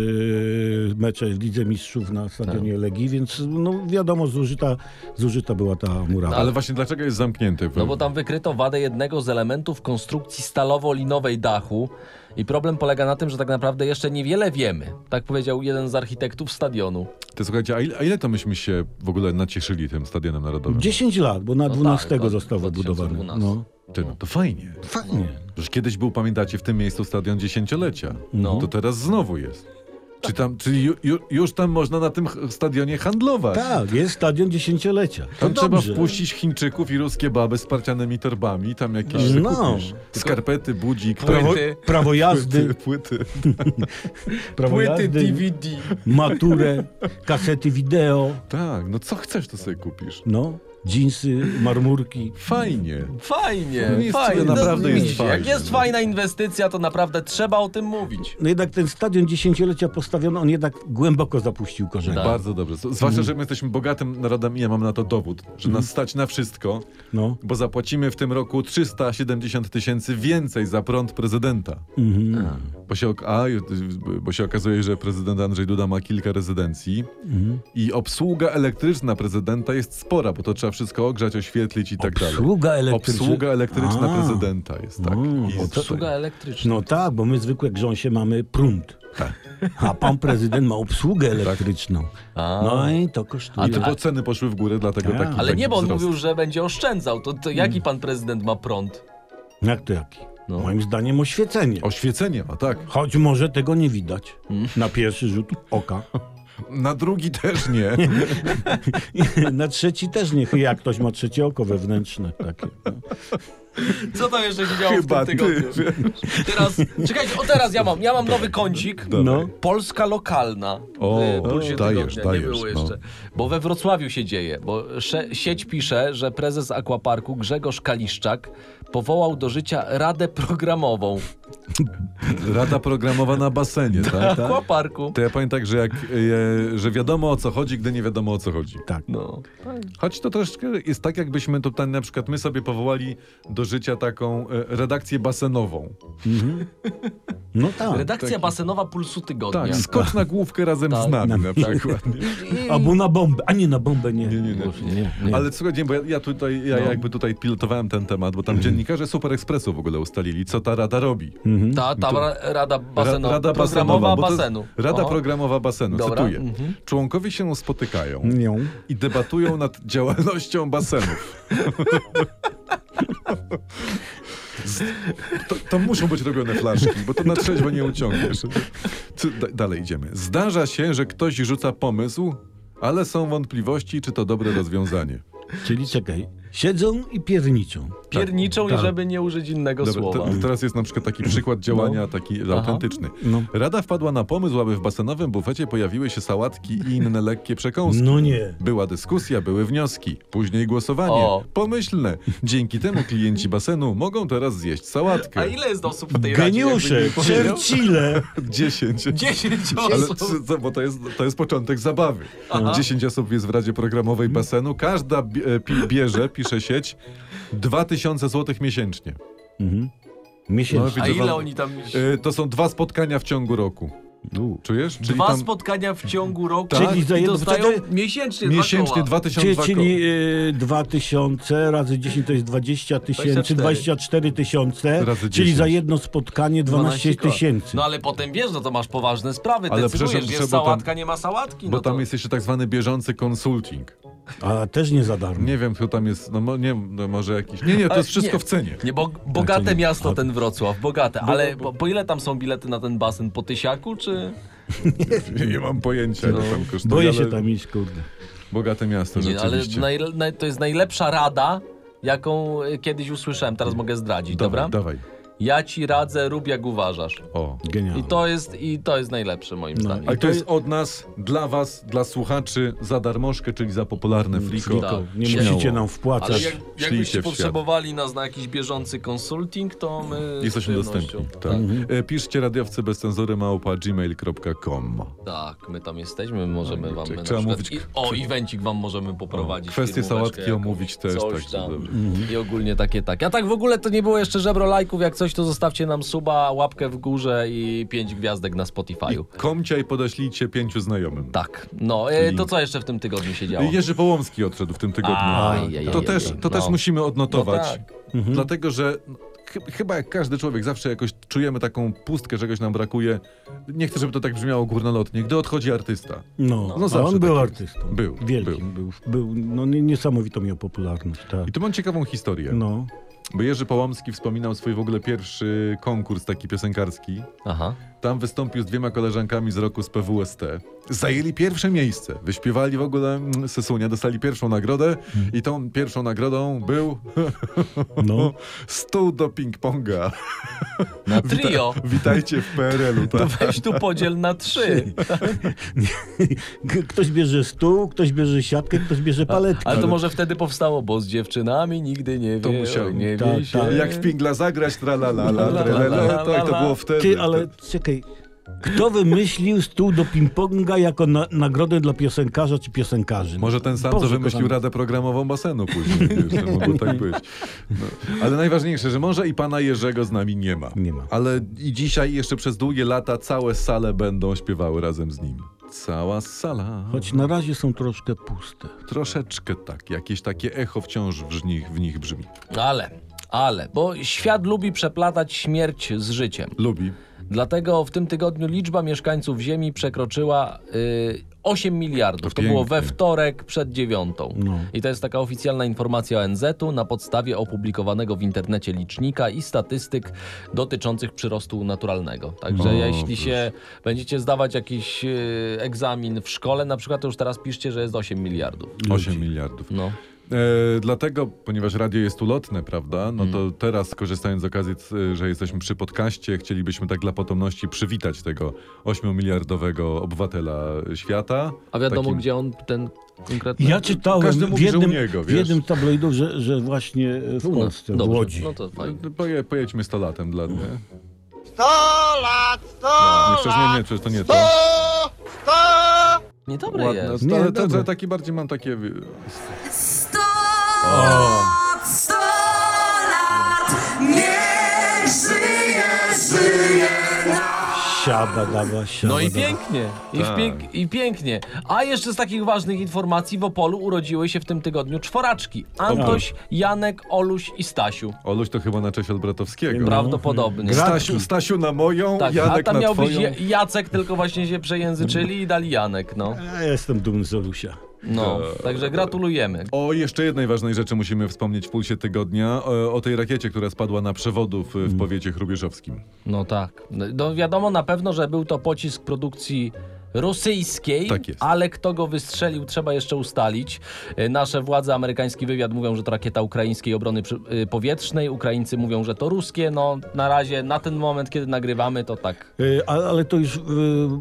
Speaker 3: mecze w Lidze Mistrzów na stadionie Legii, więc no wiadomo, zużyta, zużyta była ta murawa.
Speaker 1: Ale właśnie dlaczego jest zamknięty?
Speaker 2: No bo tam wykryto wadę jednego z elementów konstrukcji stalowo-linowej dachu i problem polega na tym, że tak naprawdę jeszcze niewiele wiemy. Tak powiedział jeden z architektów stadionu.
Speaker 1: Ty słuchajcie, a ile, a ile to myśmy się w ogóle nacieszyli tym stadionem narodowym?
Speaker 3: 10 lat, bo na
Speaker 2: tak,
Speaker 3: 12
Speaker 2: tak,
Speaker 3: został wybudowany.
Speaker 2: 2012.
Speaker 3: No,
Speaker 1: Ty, no to fajnie.
Speaker 3: fajnie.
Speaker 1: Przecież kiedyś był, pamiętacie, w tym miejscu stadion dziesięciolecia.
Speaker 2: No.
Speaker 1: To teraz znowu jest. Czy tam, czyli ju, ju, już tam można na tym ch- stadionie handlować.
Speaker 3: Tak, jest stadion dziesięciolecia. To
Speaker 1: Tam trzeba
Speaker 3: dobrze.
Speaker 1: wpuścić Chińczyków i ruskie baby z parcianymi torbami, tam jakieś
Speaker 3: Tak.
Speaker 1: no.
Speaker 3: No.
Speaker 1: kupisz. Skarpety, budzik,
Speaker 3: Prawo,
Speaker 2: płyty.
Speaker 3: prawo
Speaker 1: płyty,
Speaker 3: jazdy,
Speaker 1: płyty.
Speaker 3: prawo jazdy, maturę, kasety wideo,
Speaker 1: Tak, no co chcesz, to sobie kupisz.
Speaker 3: no, dżinsy, marmurki.
Speaker 1: Fajnie.
Speaker 2: Fajnie,
Speaker 1: No jest
Speaker 2: fajnie.
Speaker 1: tyle, naprawdę jest No.
Speaker 2: widzicie, Jak
Speaker 1: fajnie.
Speaker 2: jest fajna inwestycja, to naprawdę trzeba o tym mówić.
Speaker 3: No jednak ten stadion dziesięciolecia postawiony, on jednak głęboko zapuścił korzenie.
Speaker 2: Tak.
Speaker 1: Bardzo dobrze. Zwłaszcza, że my jesteśmy bogatym narodem i ja mam na to dowód, że nas stać na wszystko,
Speaker 3: No.
Speaker 1: bo zapłacimy w tym roku 370 tysięcy więcej za prąd prezydenta.
Speaker 3: Mhm.
Speaker 1: Bo się, ok- a, y, y, bo się okazuje, że prezydent Andrzej Duda ma kilka rezydencji i obsługa elektryczna prezydenta jest spora, bo to trzeba wszystko ogrzać, oświetlić i tak dalej.
Speaker 3: Obsługa elektryczna.
Speaker 1: Obsługa elektryczna
Speaker 3: A.
Speaker 1: prezydenta jest tak.
Speaker 3: Mm,
Speaker 1: I jest
Speaker 2: Obsługa
Speaker 1: tutaj.
Speaker 2: elektryczna.
Speaker 3: No tak, bo my zwykłe grząsie mamy prąd. A pan prezydent ma obsługę elektryczną.
Speaker 2: A.
Speaker 3: No i to kosztuje.
Speaker 1: I te po- ceny poszły w górę, dlatego
Speaker 3: A.
Speaker 1: taki
Speaker 2: Ale
Speaker 1: taki
Speaker 2: nie, bo on
Speaker 1: wzrost. Hmm.
Speaker 2: mówił, że będzie oszczędzał. To, to jaki pan prezydent ma prąd?
Speaker 3: Jak to jaki?
Speaker 2: No.
Speaker 3: Moim zdaniem oświecenie.
Speaker 1: Oświecenie ma, tak.
Speaker 3: Choć może tego nie widać
Speaker 2: Mm.
Speaker 3: na pierwszy rzut oka.
Speaker 1: Na drugi też nie.
Speaker 3: na trzeci też nie, chyba jak ktoś ma trzecie oko wewnętrzne. Takie.
Speaker 2: Co tam jeszcze się działo
Speaker 1: Chyba
Speaker 2: w tym tygodniu?
Speaker 1: ty.
Speaker 2: Teraz, czekajcie, o teraz ja mam. Ja mam nowy kącik.
Speaker 3: No.
Speaker 2: Polska lokalna.
Speaker 1: O,
Speaker 2: W Pulsie
Speaker 1: o, dajesz,
Speaker 2: tygodnia.
Speaker 1: dajesz,
Speaker 2: Nie było
Speaker 1: no.
Speaker 2: jeszcze. Bo we Wrocławiu się dzieje. Bo sze- sieć pisze, że prezes Aquaparku Grzegorz Kaliszczak powołał do życia radę programową
Speaker 1: Rada programowa na basenie, tak?
Speaker 2: Aquaparku.
Speaker 1: To ja pamiętam, że, jak, e, że wiadomo o co chodzi, gdy nie wiadomo o co chodzi.
Speaker 3: Tak.
Speaker 2: No.
Speaker 1: Choć to troszeczkę jest tak, jakbyśmy tutaj na przykład my sobie powołali do życia taką e, redakcję basenową.
Speaker 3: No tak.
Speaker 2: Redakcja
Speaker 1: taki-
Speaker 2: basenowa Pulsu Tygodnia.
Speaker 1: Tak, skocz na główkę razem z nami na przykład.
Speaker 3: Albo na bombę. A nie, na bombę nie.
Speaker 1: Nie, nie, No. nie. Ale słuchajcie, bo ja, ja tutaj, ja jakby tutaj pilotowałem ten temat, bo tam dziennikarze Super Expressu w ogóle ustalili, co ta rada robi.
Speaker 2: Ta, ta ra- rada basenowa.
Speaker 1: Mhm. Ra- Rada
Speaker 2: programowa
Speaker 1: basenowa, bo to jest
Speaker 2: basenu.
Speaker 1: Rada
Speaker 2: Aha.
Speaker 1: programowa basenu,
Speaker 2: Dobra,
Speaker 1: cytuję.
Speaker 2: mhm.
Speaker 1: Członkowie się spotykają
Speaker 3: Nią.
Speaker 1: i debatują nad działalnością basenów. Z- To, to muszą być robione flaszki, bo to na trzeźwo nie uciągniesz. Co- da- dalej idziemy. Zdarza się, że ktoś rzuca pomysł, ale są wątpliwości, czy to dobre rozwiązanie.
Speaker 3: Czyli czekaj, Siedzą i pierniczą.
Speaker 2: Pierniczą, żeby nie użyć innego
Speaker 1: Tak. Dobra,
Speaker 2: słowa.
Speaker 1: te- teraz jest na przykład taki przykład działania, taki autentyczny. Rada wpadła na pomysł, aby w basenowym bufecie pojawiły się sałatki i inne lekkie przekąski.
Speaker 3: No nie.
Speaker 1: Była dyskusja, były wnioski, później głosowanie.
Speaker 2: O.
Speaker 1: Pomyślne. Dzięki temu klienci basenu mogą teraz zjeść sałatkę.
Speaker 2: A ile jest osób w tej radzie?
Speaker 3: Geniusze,
Speaker 2: jakby nie powiedział?
Speaker 3: Churchille.
Speaker 1: 10.
Speaker 2: 10
Speaker 1: Ale
Speaker 2: osób.
Speaker 1: co, co, bo to jest, to jest początek zabawy. Dziesięć 10 osób jest w Radzie Programowej Basenu. Każda bi- e, pi- bierze, pisze sieć, 2000 zł miesięcznie.
Speaker 3: Miesięcznie.
Speaker 1: No,
Speaker 2: A ile
Speaker 1: Widzę,
Speaker 2: oni tam...
Speaker 1: E, To są dwa spotkania w ciągu roku.
Speaker 3: U.
Speaker 1: Czujesz? Czyli
Speaker 2: Dwa
Speaker 1: tam Tak.
Speaker 2: spotkania w ciągu roku
Speaker 3: Czyli za
Speaker 2: i
Speaker 3: jedno- znaczy,
Speaker 2: dostają
Speaker 3: wtedy-
Speaker 2: miesięcznie,
Speaker 1: miesięcznie
Speaker 2: dwa koła. No
Speaker 1: 2000
Speaker 3: Czyli,
Speaker 1: koła.
Speaker 3: czyli y, 2000 razy 10 to jest 20 tysięcy, 24 tysiące,
Speaker 1: Razy
Speaker 3: czyli
Speaker 1: 10.
Speaker 3: za jedno spotkanie 12
Speaker 2: koła.
Speaker 3: tysięcy.
Speaker 2: No ale potem wiesz, no to masz poważne sprawy,
Speaker 1: Ale
Speaker 2: decydujesz,
Speaker 1: przepraszam,
Speaker 2: jest
Speaker 1: trzeba tam-
Speaker 2: sałatka, nie ma sałatki.
Speaker 1: Bo
Speaker 2: no to...
Speaker 1: tam jest jeszcze tak zwany bieżący konsulting.
Speaker 3: A też nie za darmo.
Speaker 1: Nie wiem, kto tam jest, no mo- nie wiem, no może jakiś... Nie, nie, to
Speaker 2: Ale
Speaker 1: jest wszystko
Speaker 2: nie.
Speaker 1: w cenie.
Speaker 2: Nie, bo bogate
Speaker 3: nie.
Speaker 2: miasto ten Wrocław, bogate. Ale po, po ile tam są bilety na ten basen? Po tysiaku, czy...
Speaker 1: Nie, mam pojęcia, ile tam kosztuje,
Speaker 3: No. Boję się
Speaker 1: ale
Speaker 3: tam iść, kurde.
Speaker 1: bogate miasto
Speaker 2: Nie, ale
Speaker 1: rzeczywiście.
Speaker 2: najle- naj, to jest najlepsza rada, jaką y, kiedyś usłyszałem. Teraz mogę zdradzić,
Speaker 1: Dawaj,
Speaker 2: dobra?
Speaker 1: dawaj.
Speaker 2: Ja ci radzę, rób jak uważasz.
Speaker 1: O.
Speaker 3: Genialnie.
Speaker 2: I to jest, i to jest najlepsze moim zdaniem.
Speaker 1: No, Ale to jest od nas, dla was, dla słuchaczy, za darmożkę, czyli za popularne fliko.
Speaker 2: tak.
Speaker 3: Mm, Nie
Speaker 2: Śmiało.
Speaker 3: musicie nam
Speaker 2: Ale
Speaker 3: wpłacać.
Speaker 2: jak,
Speaker 1: Szlijcie
Speaker 2: jakbyście
Speaker 1: w świat.
Speaker 2: potrzebowali nas na jakiś bieżący konsulting, to my. z
Speaker 1: Jesteśmy
Speaker 2: przyjemnością-
Speaker 1: dostępni. Tak.
Speaker 3: Mhm.
Speaker 1: E, Piszcie radiowcy bez cenzury małpa gmail.com.
Speaker 2: Tak, tak, my tam jesteśmy, możemy wam.
Speaker 1: tak,
Speaker 2: na
Speaker 1: trzeba
Speaker 2: przykład,
Speaker 1: mówić-
Speaker 2: i, o, evencik wam możemy poprowadzić.
Speaker 1: Kwestie
Speaker 2: firmóweczkę
Speaker 1: sałatki
Speaker 2: jakąś,
Speaker 1: omówić też,
Speaker 2: Coś
Speaker 1: tak,
Speaker 2: tam.
Speaker 1: dobrze.
Speaker 2: I ogólnie takie tak. A tak w ogóle to nie było jeszcze żebro lajków. Jak coś, to zostawcie nam suba, łapkę w górze i pięć gwiazdek na Spotify'u.
Speaker 1: Komcia i podeślijcie pięciu znajomym.
Speaker 2: Tak. No, e, to co jeszcze w tym tygodniu się działo?
Speaker 1: Jerzy Połomski odszedł w tym tygodniu.
Speaker 2: Ajajajaj.
Speaker 1: to też, to też
Speaker 2: No.
Speaker 1: musimy odnotować.
Speaker 2: No tak.
Speaker 1: Dlatego, że chy- chyba jak każdy człowiek zawsze jakoś czujemy taką pustkę, czegoś nam brakuje. Nie chcę, żeby to tak brzmiało górnolotnie. Gdy odchodzi artysta.
Speaker 3: No,
Speaker 1: no
Speaker 3: a
Speaker 1: zawsze
Speaker 3: on był
Speaker 1: taki.
Speaker 3: artystą.
Speaker 1: Był,
Speaker 3: Wielkim był. był, no, nie- niesamowitą miał popularność. Tak.
Speaker 1: I tu mam ciekawą historię.
Speaker 3: No.
Speaker 1: Bo Jerzy Połomski wspominał swój w ogóle pierwszy konkurs taki piosenkarski.
Speaker 2: Aha.
Speaker 1: Tam wystąpił z dwiema koleżankami z roku z PWST. Zajęli pierwsze miejsce. Wyśpiewali w ogóle mm, Sesunia, dostali pierwszą nagrodę i tą pierwszą nagrodą był
Speaker 3: No.
Speaker 1: stół do ping-ponga.
Speaker 2: Na trio.
Speaker 1: Witajcie w PRL-u.
Speaker 2: To
Speaker 1: Tak?
Speaker 2: weź tu podziel na trzy.
Speaker 3: Ktoś bierze stół, ktoś bierze siatkę, ktoś bierze paletkę.
Speaker 2: Ale to może wtedy powstało, bo z dziewczynami nigdy nie wie.
Speaker 1: To musiał-
Speaker 2: oj, nie
Speaker 3: tak,
Speaker 2: wie się.
Speaker 3: tak.
Speaker 1: Jak w pingla zagrać,
Speaker 2: La,
Speaker 1: tralalala,
Speaker 2: la, la, la,
Speaker 1: trelele,
Speaker 2: la,
Speaker 1: tak to
Speaker 2: la.
Speaker 1: było wtedy.
Speaker 3: Ty, ale czekaj. Kto wymyślił stół do ping-ponga jako na, nagrodę dla piosenkarza czy piosenkarzy?
Speaker 1: Może ten sam,
Speaker 3: Boże,
Speaker 1: co wymyślił
Speaker 3: kochany.
Speaker 1: Radę Programową Basenu później, wiesz, to mogło tak być. No. Ale najważniejsze, że może i pana Jerzego z nami nie ma.
Speaker 3: Nie ma.
Speaker 1: Ale i dzisiaj, jeszcze przez długie lata, całe sale będą śpiewały razem z nim. Cała sala.
Speaker 3: Choć na razie są troszkę puste.
Speaker 1: Troszeczkę tak, jakieś takie echo wciąż w nich, w nich brzmi.
Speaker 2: Ale, ale, bo świat lubi przeplatać śmierć z życiem.
Speaker 1: Lubi.
Speaker 2: Dlatego w tym tygodniu liczba mieszkańców Ziemi przekroczyła y, 8 miliardów.
Speaker 1: To
Speaker 2: To, było
Speaker 1: pięknie.
Speaker 2: we wtorek przed dziewiątą.
Speaker 3: No.
Speaker 2: I to jest taka oficjalna informacja ONZ-u na podstawie opublikowanego w internecie licznika i statystyk dotyczących przyrostu naturalnego. Także
Speaker 3: No,
Speaker 1: O,
Speaker 2: jeśli
Speaker 1: proszę.
Speaker 2: się będziecie zdawać jakiś y, egzamin w szkole, na przykład to już teraz piszcie, że jest 8 miliardów.
Speaker 1: 8 miliardów.
Speaker 2: No.
Speaker 1: E, dlatego, ponieważ radio jest ulotne, prawda? No
Speaker 2: Mm.
Speaker 1: to teraz, korzystając z okazji, c- że jesteśmy przy podcaście, chcielibyśmy tak dla potomności przywitać tego 8-miliardowego obywatela świata.
Speaker 2: A wiadomo,
Speaker 1: Takim-
Speaker 2: gdzie on ten konkretny...
Speaker 3: Ja czytałem
Speaker 1: No, Każdy mówi,
Speaker 3: w
Speaker 1: że
Speaker 3: jednym,
Speaker 1: u niego,
Speaker 3: w
Speaker 1: wiesz.
Speaker 3: jednym tabloidu, że, że właśnie e, w
Speaker 2: No,
Speaker 3: Polsce, w
Speaker 2: dobrze.
Speaker 3: Łodzi.
Speaker 2: No to fajnie.
Speaker 1: Poje, pojedźmy 100 latem dla
Speaker 2: No.
Speaker 1: mnie.
Speaker 6: Sto lat, sto
Speaker 1: Nie, przecież nie, nie, przecież to nie to.
Speaker 6: lat, sto
Speaker 2: Niedobre
Speaker 1: Ładne,
Speaker 2: jest.
Speaker 1: sto, ale
Speaker 3: Nie,
Speaker 1: to,
Speaker 3: dobra.
Speaker 1: to taki bardziej mam takie... wie-
Speaker 7: Stop, stop lat, niech żyje, żyje nam.
Speaker 3: Siaba dawa, siaba
Speaker 2: No i
Speaker 3: dawa.
Speaker 2: pięknie, i, w pięk, i pięknie. A jeszcze z takich ważnych informacji w Opolu urodziły się w tym tygodniu czworaczki. Antoś, Janek, Oluś i Stasiu.
Speaker 1: Oluś to chyba na cześć
Speaker 3: no.
Speaker 1: Olbratowskiego. no.
Speaker 2: Prawdopodobnie.
Speaker 1: Stasiu, Stasiu na moją,
Speaker 2: Tak, a
Speaker 1: Janek
Speaker 2: tam
Speaker 1: na
Speaker 2: miał być
Speaker 1: twoją.
Speaker 2: Ja- Jacek, tylko właśnie się przejęzyczyli i dali Janek, no.
Speaker 3: Ja jestem dumny z Olusia.
Speaker 2: no. Także gratulujemy.
Speaker 1: O jeszcze jednej ważnej rzeczy musimy wspomnieć w pulsie tygodnia, E, o, o tej rakiecie, która spadła na przewodów
Speaker 3: Mm.
Speaker 1: y, w powiecie chrubieszowskim.
Speaker 2: No tak. No wiadomo na pewno, że był to pocisk produkcji rosyjskiej,
Speaker 1: Tak jest.
Speaker 2: ale kto go wystrzelił, trzeba jeszcze ustalić. Y, Nasze władze, amerykański wywiad mówią, że to rakieta ukraińskiej obrony przy- y, powietrznej, Ukraińcy mówią, że to ruskie. No na razie, na ten moment, kiedy nagrywamy, to tak.
Speaker 3: Y, a- Ale to już y,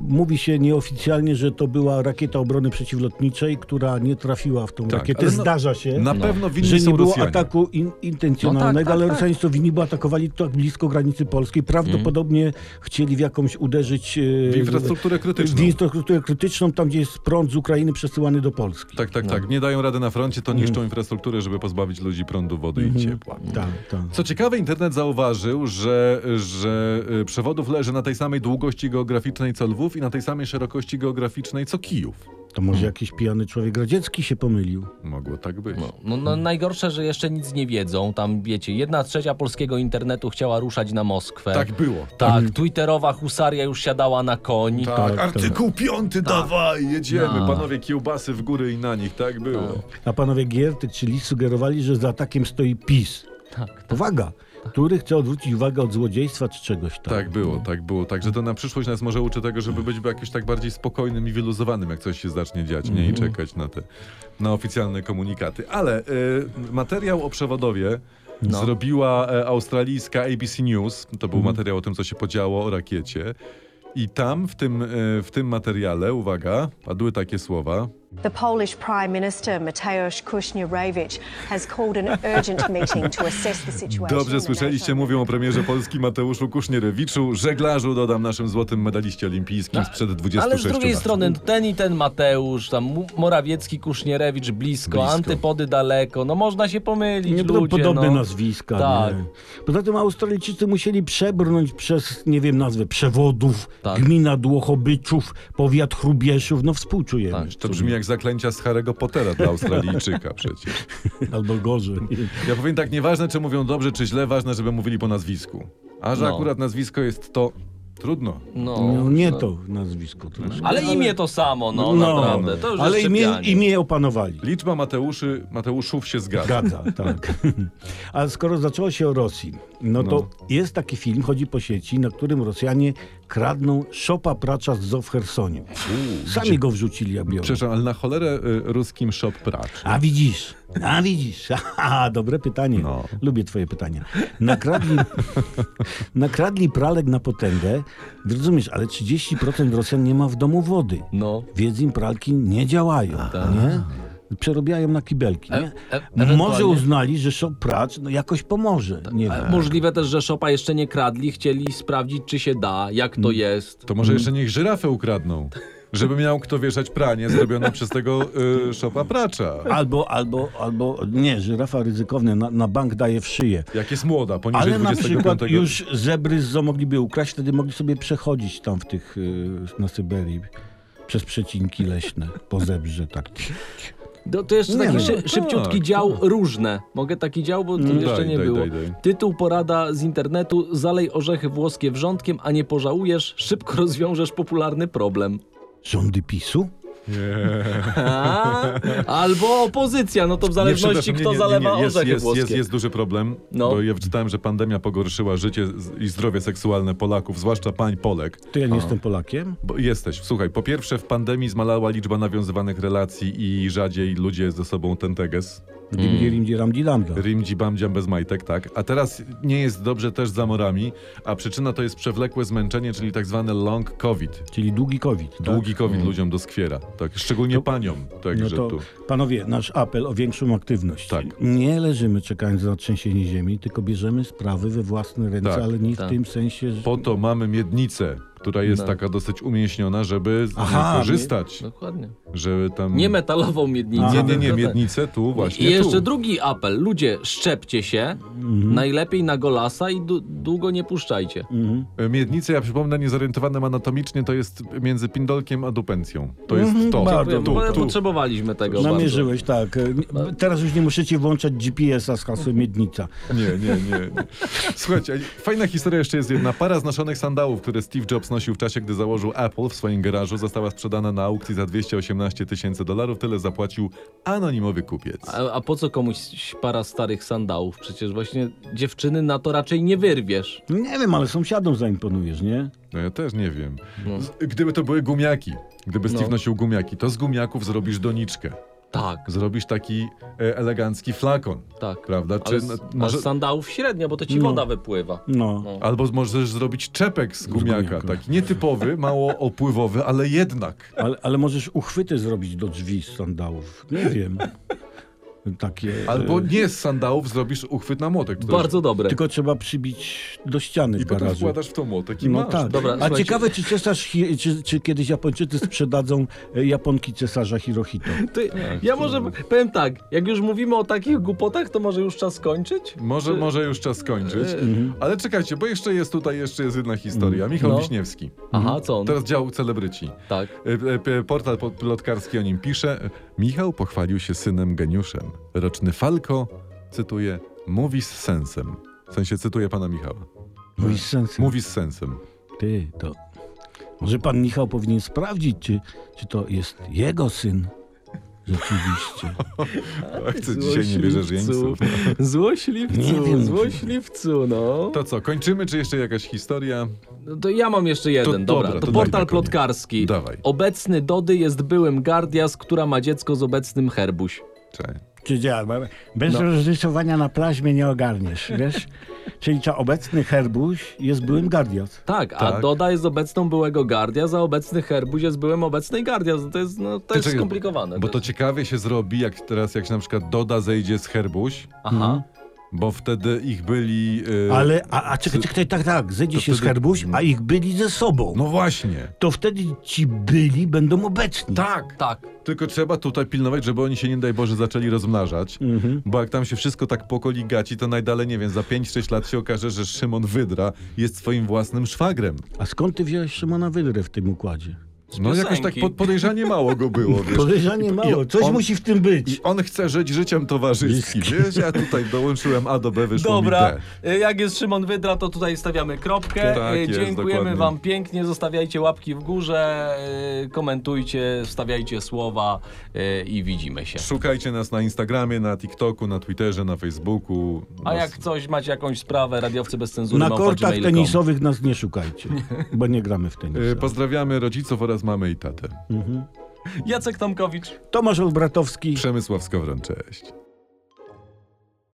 Speaker 3: mówi się nieoficjalnie, że to była rakieta obrony przeciwlotniczej, która nie trafiła w tą
Speaker 1: Tak,
Speaker 3: rakietę.
Speaker 1: ale no-
Speaker 3: Zdarza się.
Speaker 1: Na pewno winni
Speaker 3: że
Speaker 1: są
Speaker 3: nie było
Speaker 1: Rosjanie.
Speaker 3: ataku in, intencjonalnego,
Speaker 2: No tak, tak,
Speaker 3: ale
Speaker 2: tak.
Speaker 3: Rosjanie to winni, bo atakowali tak blisko granicy polskiej. Prawdopodobnie chcieli w jakąś uderzyć e,
Speaker 1: W infrastrukturę krytyczną.
Speaker 3: w infrastrukturę krytyczną, tam gdzie jest prąd z Ukrainy przesyłany do Polski.
Speaker 1: Tak, tak, tak. Nie dają rady na froncie, to niszczą
Speaker 3: Mhm.
Speaker 1: infrastrukturę, żeby pozbawić ludzi prądu, wody i ciepła.
Speaker 3: tak. tak.
Speaker 1: Co ciekawe, internet zauważył, że, że y, przewodów leży na tej samej długości geograficznej co Lwów i na tej samej szerokości geograficznej co Kijów.
Speaker 3: To może jakiś pijany człowiek radziecki się pomylił.
Speaker 1: Mogło tak być.
Speaker 2: No, no najgorsze, że jeszcze nic nie wiedzą. Tam wiecie, jedna trzecia polskiego internetu chciała ruszać na Moskwę.
Speaker 1: Tak było.
Speaker 2: Tak, twitterowa husaria już siadała na koń.
Speaker 1: Tak,
Speaker 3: tak.
Speaker 1: artykuł piąty, dawaj, jedziemy.
Speaker 2: No.
Speaker 1: Panowie kiełbasy w górę i na nich, tak było.
Speaker 3: A panowie Gierty, czyli sugerowali, że za atakiem stoi PiS.
Speaker 2: Tak.
Speaker 3: Uwaga, który chce odwrócić uwagę od złodziejstwa czy czegoś tam.
Speaker 1: Tak było, tak było. Także to na przyszłość nas może uczy tego, żeby być jakoś tak bardziej spokojnym i wyluzowanym, jak coś się zacznie dziać, nie?
Speaker 2: Mhm.
Speaker 1: I czekać na te, na oficjalne komunikaty. Ale y, materiał o przewodowie
Speaker 2: No.
Speaker 1: zrobiła e, australijska ABC News. To był
Speaker 2: Mhm.
Speaker 1: materiał o tym, co się podziało, o rakiecie. I tam, w tym, e, w tym materiale, uwaga, padły takie słowa.
Speaker 8: The Polish Prime Minister Mateusz Kuśnierewicz has called an urgent meeting to assess the situation. in
Speaker 1: Dobrze
Speaker 8: the
Speaker 1: słyszeliście,
Speaker 8: NATO.
Speaker 1: mówią o premierze Polski Mateuszu Kusznierewiczu, żeglarzu, dodam, naszym złotym medaliście olimpijskim sprzed 26
Speaker 2: No, Ale z drugiej
Speaker 1: lat.
Speaker 2: strony ten i ten Mateusz, tam Mu- Morawiecki, Kuszniewicz blisko,
Speaker 1: Blisko.
Speaker 2: antypody daleko, no można się pomylić
Speaker 3: Nie
Speaker 2: ludzie.
Speaker 3: będą podobne
Speaker 2: no.
Speaker 3: nazwiska.
Speaker 2: Tak.
Speaker 3: Nie. Poza tym Australijczycy musieli przebrnąć przez, nie wiem, nazwę przewodów,
Speaker 2: Tak.
Speaker 3: gmina Dłochobyczów, powiat Hrubieszów. No współczujemy.
Speaker 2: Tak.
Speaker 1: To brzmi jak zaklęcia z Harry'ego Pottera dla Australijczyka przecież.
Speaker 2: Tak.
Speaker 3: Albo gorzej.
Speaker 1: Ja powiem tak, nieważne czy mówią dobrze czy źle, ważne żeby mówili po nazwisku. A że
Speaker 2: No.
Speaker 1: akurat nazwisko jest to trudno.
Speaker 2: No,
Speaker 3: No, nie to nazwisko. troszkę.
Speaker 2: Ale imię to samo, no, naprawdę. To już
Speaker 3: ale
Speaker 2: jest
Speaker 3: imię,
Speaker 2: szczepianie.
Speaker 3: imię opanowali.
Speaker 1: Liczba Mateuszy, Mateuszów się zgadza.
Speaker 3: Zgadza, tak. A skoro zaczęło się o Rosji, no to jest taki film, chodzi po sieci, na którym Rosjanie kradną szopa pracza z Zoo w Chersoniu. Sami go wrzucili, jak biorą.
Speaker 1: Przepraszam, ale na cholerę y, ruskim shop pracz.
Speaker 3: A widzisz, a widzisz. Aha, dobre pytanie.
Speaker 1: No.
Speaker 3: Lubię twoje pytania. Nakradli, nakradli pralek na potęgę. Rozumiesz, ale 30% Rosjan nie ma w domu wody.
Speaker 2: No.
Speaker 3: Więc im pralki nie działają. Nie? Przerobiają na kibelki. Nie?
Speaker 2: e- ewentualnie- E,
Speaker 3: Może uznali, że szop pracz no, jakoś pomoże. Nie wiem.
Speaker 2: Możliwe też, że Szopa jeszcze nie kradli, chcieli sprawdzić, czy się da, jak
Speaker 3: Mm.
Speaker 2: to jest.
Speaker 1: To może jeszcze niech żyrafę ukradną, żeby miał kto wieszać pranie zrobione przez tego y, shopa pracza.
Speaker 3: Albo, albo, albo, nie, żyrafa ryzykowne na, na bank daje w szyję.
Speaker 1: Jak jest młoda, poniżej
Speaker 3: Ale na
Speaker 1: 25.
Speaker 3: przykład już zebry z zoo mogliby ukraść, wtedy mogli sobie przechodzić tam w tych, y, na Syberii przez przecinki leśne, po zebrze, tak.
Speaker 2: To, to jeszcze
Speaker 3: Nie,
Speaker 2: taki
Speaker 3: no,
Speaker 2: szy,
Speaker 1: tak,
Speaker 2: szybciutki dział różne. Mogę taki dział, bo to
Speaker 1: Mm.
Speaker 2: jeszcze
Speaker 1: Daj,
Speaker 2: nie
Speaker 1: daj,
Speaker 2: było.
Speaker 1: daj, daj.
Speaker 2: Tytuł porada z internetu Zalej orzechy włoskie wrzątkiem, a nie pożałujesz, szybko rozwiążesz popularny problem.
Speaker 3: Rządy PiSu?
Speaker 2: A? Albo opozycja, no to w zależności
Speaker 1: Nie, przepraszam,
Speaker 2: kto
Speaker 1: nie, nie, nie,
Speaker 2: zalewa
Speaker 1: nie, jest,
Speaker 2: orzechy
Speaker 1: jest,
Speaker 2: włoskie.
Speaker 1: Jest, jest duży problem,
Speaker 2: No.
Speaker 1: bo ja wczytałem, że pandemia pogorszyła życie z- i zdrowie seksualne Polaków, zwłaszcza pań Polek.
Speaker 3: To ja nie jestem
Speaker 2: Mm.
Speaker 3: Polakiem?
Speaker 1: Bo jesteś, słuchaj, po pierwsze w pandemii zmalała liczba nawiązywanych relacji i rzadziej ludzie ze sobą tenteges.
Speaker 3: Rimdi, rimdi, ramdi, lamda.
Speaker 1: Rimdzi bamdziam bez majtek, tak. A teraz nie jest dobrze też za morami, a przyczyna to jest przewlekłe zmęczenie, czyli tak zwane long covid.
Speaker 3: Czyli długi COVID. tak?
Speaker 1: Długi covid
Speaker 2: Mm.
Speaker 1: ludziom doskwiera, tak. Szczególnie paniom, także
Speaker 3: No to,
Speaker 1: tu.
Speaker 3: panowie, nasz apel o większą aktywność.
Speaker 1: Tak.
Speaker 3: Nie leżymy czekając na trzęsienie ziemi, tylko bierzemy sprawy we własne ręce,
Speaker 1: Tak.
Speaker 3: ale nie
Speaker 2: Tak.
Speaker 3: w tym sensie, że...
Speaker 1: Po to mamy miednicę, która jest
Speaker 2: No.
Speaker 1: taka dosyć umieśniona, żeby z niej
Speaker 3: Aha,
Speaker 1: korzystać.
Speaker 2: Dokładnie.
Speaker 1: Żeby tam...
Speaker 2: No. Nie metalową miednicę.
Speaker 1: Nie, nie, nie,
Speaker 2: tylko tak.
Speaker 1: miednicę tu właśnie.
Speaker 2: I jeszcze
Speaker 1: tu. Mhm.
Speaker 2: drugi apel. Ludzie, szczepcie się. Najlepiej na golasa i du- długo nie puszczajcie.
Speaker 1: No E, Miednicę, ja przypomnę, niezorientowanym anatomicznie, to jest między pindolkiem a dupencją. To jest
Speaker 2: Mhm,
Speaker 1: to.
Speaker 3: bardzo
Speaker 1: tu,
Speaker 2: Bo
Speaker 1: tu.
Speaker 2: Potrzebowaliśmy tego bardzo. Mhm.
Speaker 3: Namierzyłeś, tak. E, Teraz już nie musicie włączać GPS-a z hasłem Miednica.
Speaker 1: Nie, nie, nie, nie. Słuchajcie, fajna historia jeszcze jest jedna. Para znoszonych sandałów, które Steve Jobs nosił w czasie, gdy założył Apple w swoim garażu, została sprzedana na aukcji za 218 tysięcy dolarów. Tyle zapłacił anonimowy kupiec.
Speaker 2: A, a po co komuś para starych sandałów? Przecież właśnie dziewczyny na to raczej nie wyrwiesz.
Speaker 3: Nie wiem, ale sąsiadom zaimponujesz, nie?
Speaker 1: No ja też nie wiem.
Speaker 3: No.
Speaker 1: Z- Gdyby to były gumiaki, gdyby Steve
Speaker 2: No.
Speaker 1: nosił gumiaki, to z gumiaków zrobisz doniczkę.
Speaker 2: Tak,
Speaker 1: Zrobisz taki e, elegancki flakon.
Speaker 2: tak.
Speaker 1: Prawda? Czy
Speaker 2: Ale, z,
Speaker 1: na-
Speaker 2: może...
Speaker 1: może-
Speaker 2: ale z sandałów średnio, bo to ci woda wypływa.
Speaker 3: No.
Speaker 2: No.
Speaker 1: Albo możesz zrobić czepek z gumiaka,
Speaker 3: gumiaka.
Speaker 1: taki nietypowy, mało opływowy, ale jednak.
Speaker 3: Ale, ale możesz uchwyty zrobić do drzwi z sandałów. Nie wiem. Takie.
Speaker 1: Albo
Speaker 3: e,
Speaker 1: nie z sandałów zrobisz uchwyt na młotek. To
Speaker 2: Bardzo dobre.
Speaker 3: Tylko trzeba przybić do ściany
Speaker 1: I
Speaker 3: w
Speaker 1: potem
Speaker 3: garażu.
Speaker 1: wkładasz w to młotek i
Speaker 3: No
Speaker 1: masz.
Speaker 3: tak.
Speaker 2: Dobra,
Speaker 3: A
Speaker 2: słuchajcie.
Speaker 3: ciekawe, czy cesarz, Hi- czy, czy kiedyś Japończycy sprzedadzą e, Japonki cesarza Hirohito.
Speaker 2: Ty, ja może powiem tak, jak już mówimy o takich głupotach, to może już czas kończyć?
Speaker 1: Może, może już czas kończyć.
Speaker 3: E, mhm.
Speaker 1: Ale czekajcie, bo jeszcze jest tutaj, jeszcze jest jedna
Speaker 3: Mm.
Speaker 1: historia. Michał
Speaker 2: No.
Speaker 1: Wiśniewski.
Speaker 2: Aha, co on?
Speaker 1: Mhm. Teraz dział celebryci.
Speaker 2: Tak.
Speaker 1: E, e, p- Portal po- plotkarski o nim pisze. Michał pochwalił się synem geniuszem. Roczny Falko, cytuję, mówi z sensem. W sensie cytuję pana Michała.
Speaker 3: Mój No sens.
Speaker 1: Mówi z sensem.
Speaker 3: Ty, to. Może pan Michał powinien sprawdzić, czy, czy to jest jego syn. Rzeczywiście.
Speaker 1: Ach, Tak, ty dzisiaj nie bierzesz jeńców.
Speaker 3: Nie
Speaker 2: Złośliwcu,
Speaker 3: wiem.
Speaker 2: złośliwcu, no.
Speaker 1: To co, kończymy, czy jeszcze jakaś historia?
Speaker 2: No To ja mam jeszcze jeden,
Speaker 1: To
Speaker 2: dobra.
Speaker 1: dobra,
Speaker 2: to
Speaker 1: to daj
Speaker 2: portal
Speaker 1: na koniec.
Speaker 2: plotkarski.
Speaker 1: Dawaj.
Speaker 2: Obecny Dody jest byłym Guardias, która ma dziecko z obecnym Herbuś.
Speaker 1: Cześć.
Speaker 3: Czy działa? Bez
Speaker 1: No.
Speaker 3: rozrysowania na plaźmie nie ogarniesz, wiesz? Czyli co, obecny herbuś jest byłym gardiot.
Speaker 2: Tak, a
Speaker 1: Tak.
Speaker 2: Doda jest obecną byłego Guardias, a obecny Herbuś jest byłym obecnej Guardias. No To jest, no, to
Speaker 1: Ty
Speaker 2: jest
Speaker 1: czekaj,
Speaker 2: skomplikowane.
Speaker 1: Bo to ciekawie się zrobi, jak teraz, jak się na przykład Doda zejdzie z Herbuś,
Speaker 2: Aha.
Speaker 1: bo wtedy ich byli... y,
Speaker 3: Ale, a, a czekaj, czekaj, tak, tak, zejdzie
Speaker 1: To
Speaker 3: się z
Speaker 1: wtedy-
Speaker 3: herbuś, a ich byli ze sobą.
Speaker 1: No właśnie.
Speaker 3: To wtedy ci byli będą obecni.
Speaker 1: Tak.
Speaker 2: Tak.
Speaker 1: Tylko trzeba tutaj pilnować, żeby oni się nie daj Boże zaczęli rozmnażać, bo jak tam się wszystko tak pokoli gaci, to najdalej, nie wiem, za 5-6 lat się okaże, że Szymon Wydra jest swoim własnym szwagrem.
Speaker 3: A skąd ty wziąłeś Szymona Wydrę w tym układzie?
Speaker 1: No jakoś tak
Speaker 2: piosenki.
Speaker 1: pod, podejrzanie mało go było, wiesz.
Speaker 3: Podejrzanie mało,
Speaker 1: i
Speaker 3: coś
Speaker 1: on-
Speaker 3: musi w tym być.
Speaker 1: I on chce żyć życiem towarzyskim, wiesz? Ja tutaj dołączyłem A do B, wyszło mi
Speaker 2: Dobra,
Speaker 1: D.
Speaker 2: y, jak jest Szymon Wydra, to tutaj stawiamy kropkę.
Speaker 1: Tak
Speaker 2: Y,
Speaker 1: jest,
Speaker 2: Dziękujemy
Speaker 1: dokładnie.
Speaker 2: wam pięknie, zostawiajcie łapki w górze, y, komentujcie, stawiajcie słowa y, i widzimy się.
Speaker 1: Szukajcie nas na Instagramie, na TikToku, na Twitterze, na Facebooku.
Speaker 2: A
Speaker 1: Nas-
Speaker 2: jak coś, macie jakąś sprawę, radiowcy bez cenzury
Speaker 3: Na
Speaker 2: małpa
Speaker 3: kortach
Speaker 2: gmail.com.
Speaker 3: tenisowych nas nie szukajcie, bo nie gramy w
Speaker 1: Y,
Speaker 3: tenisa.
Speaker 1: Pozdrawiamy rodziców oraz mamy i tatę.
Speaker 2: Jacek Tomkowicz.
Speaker 3: Tomasz Olbratowski.
Speaker 1: Przemysław Skowron, cześć.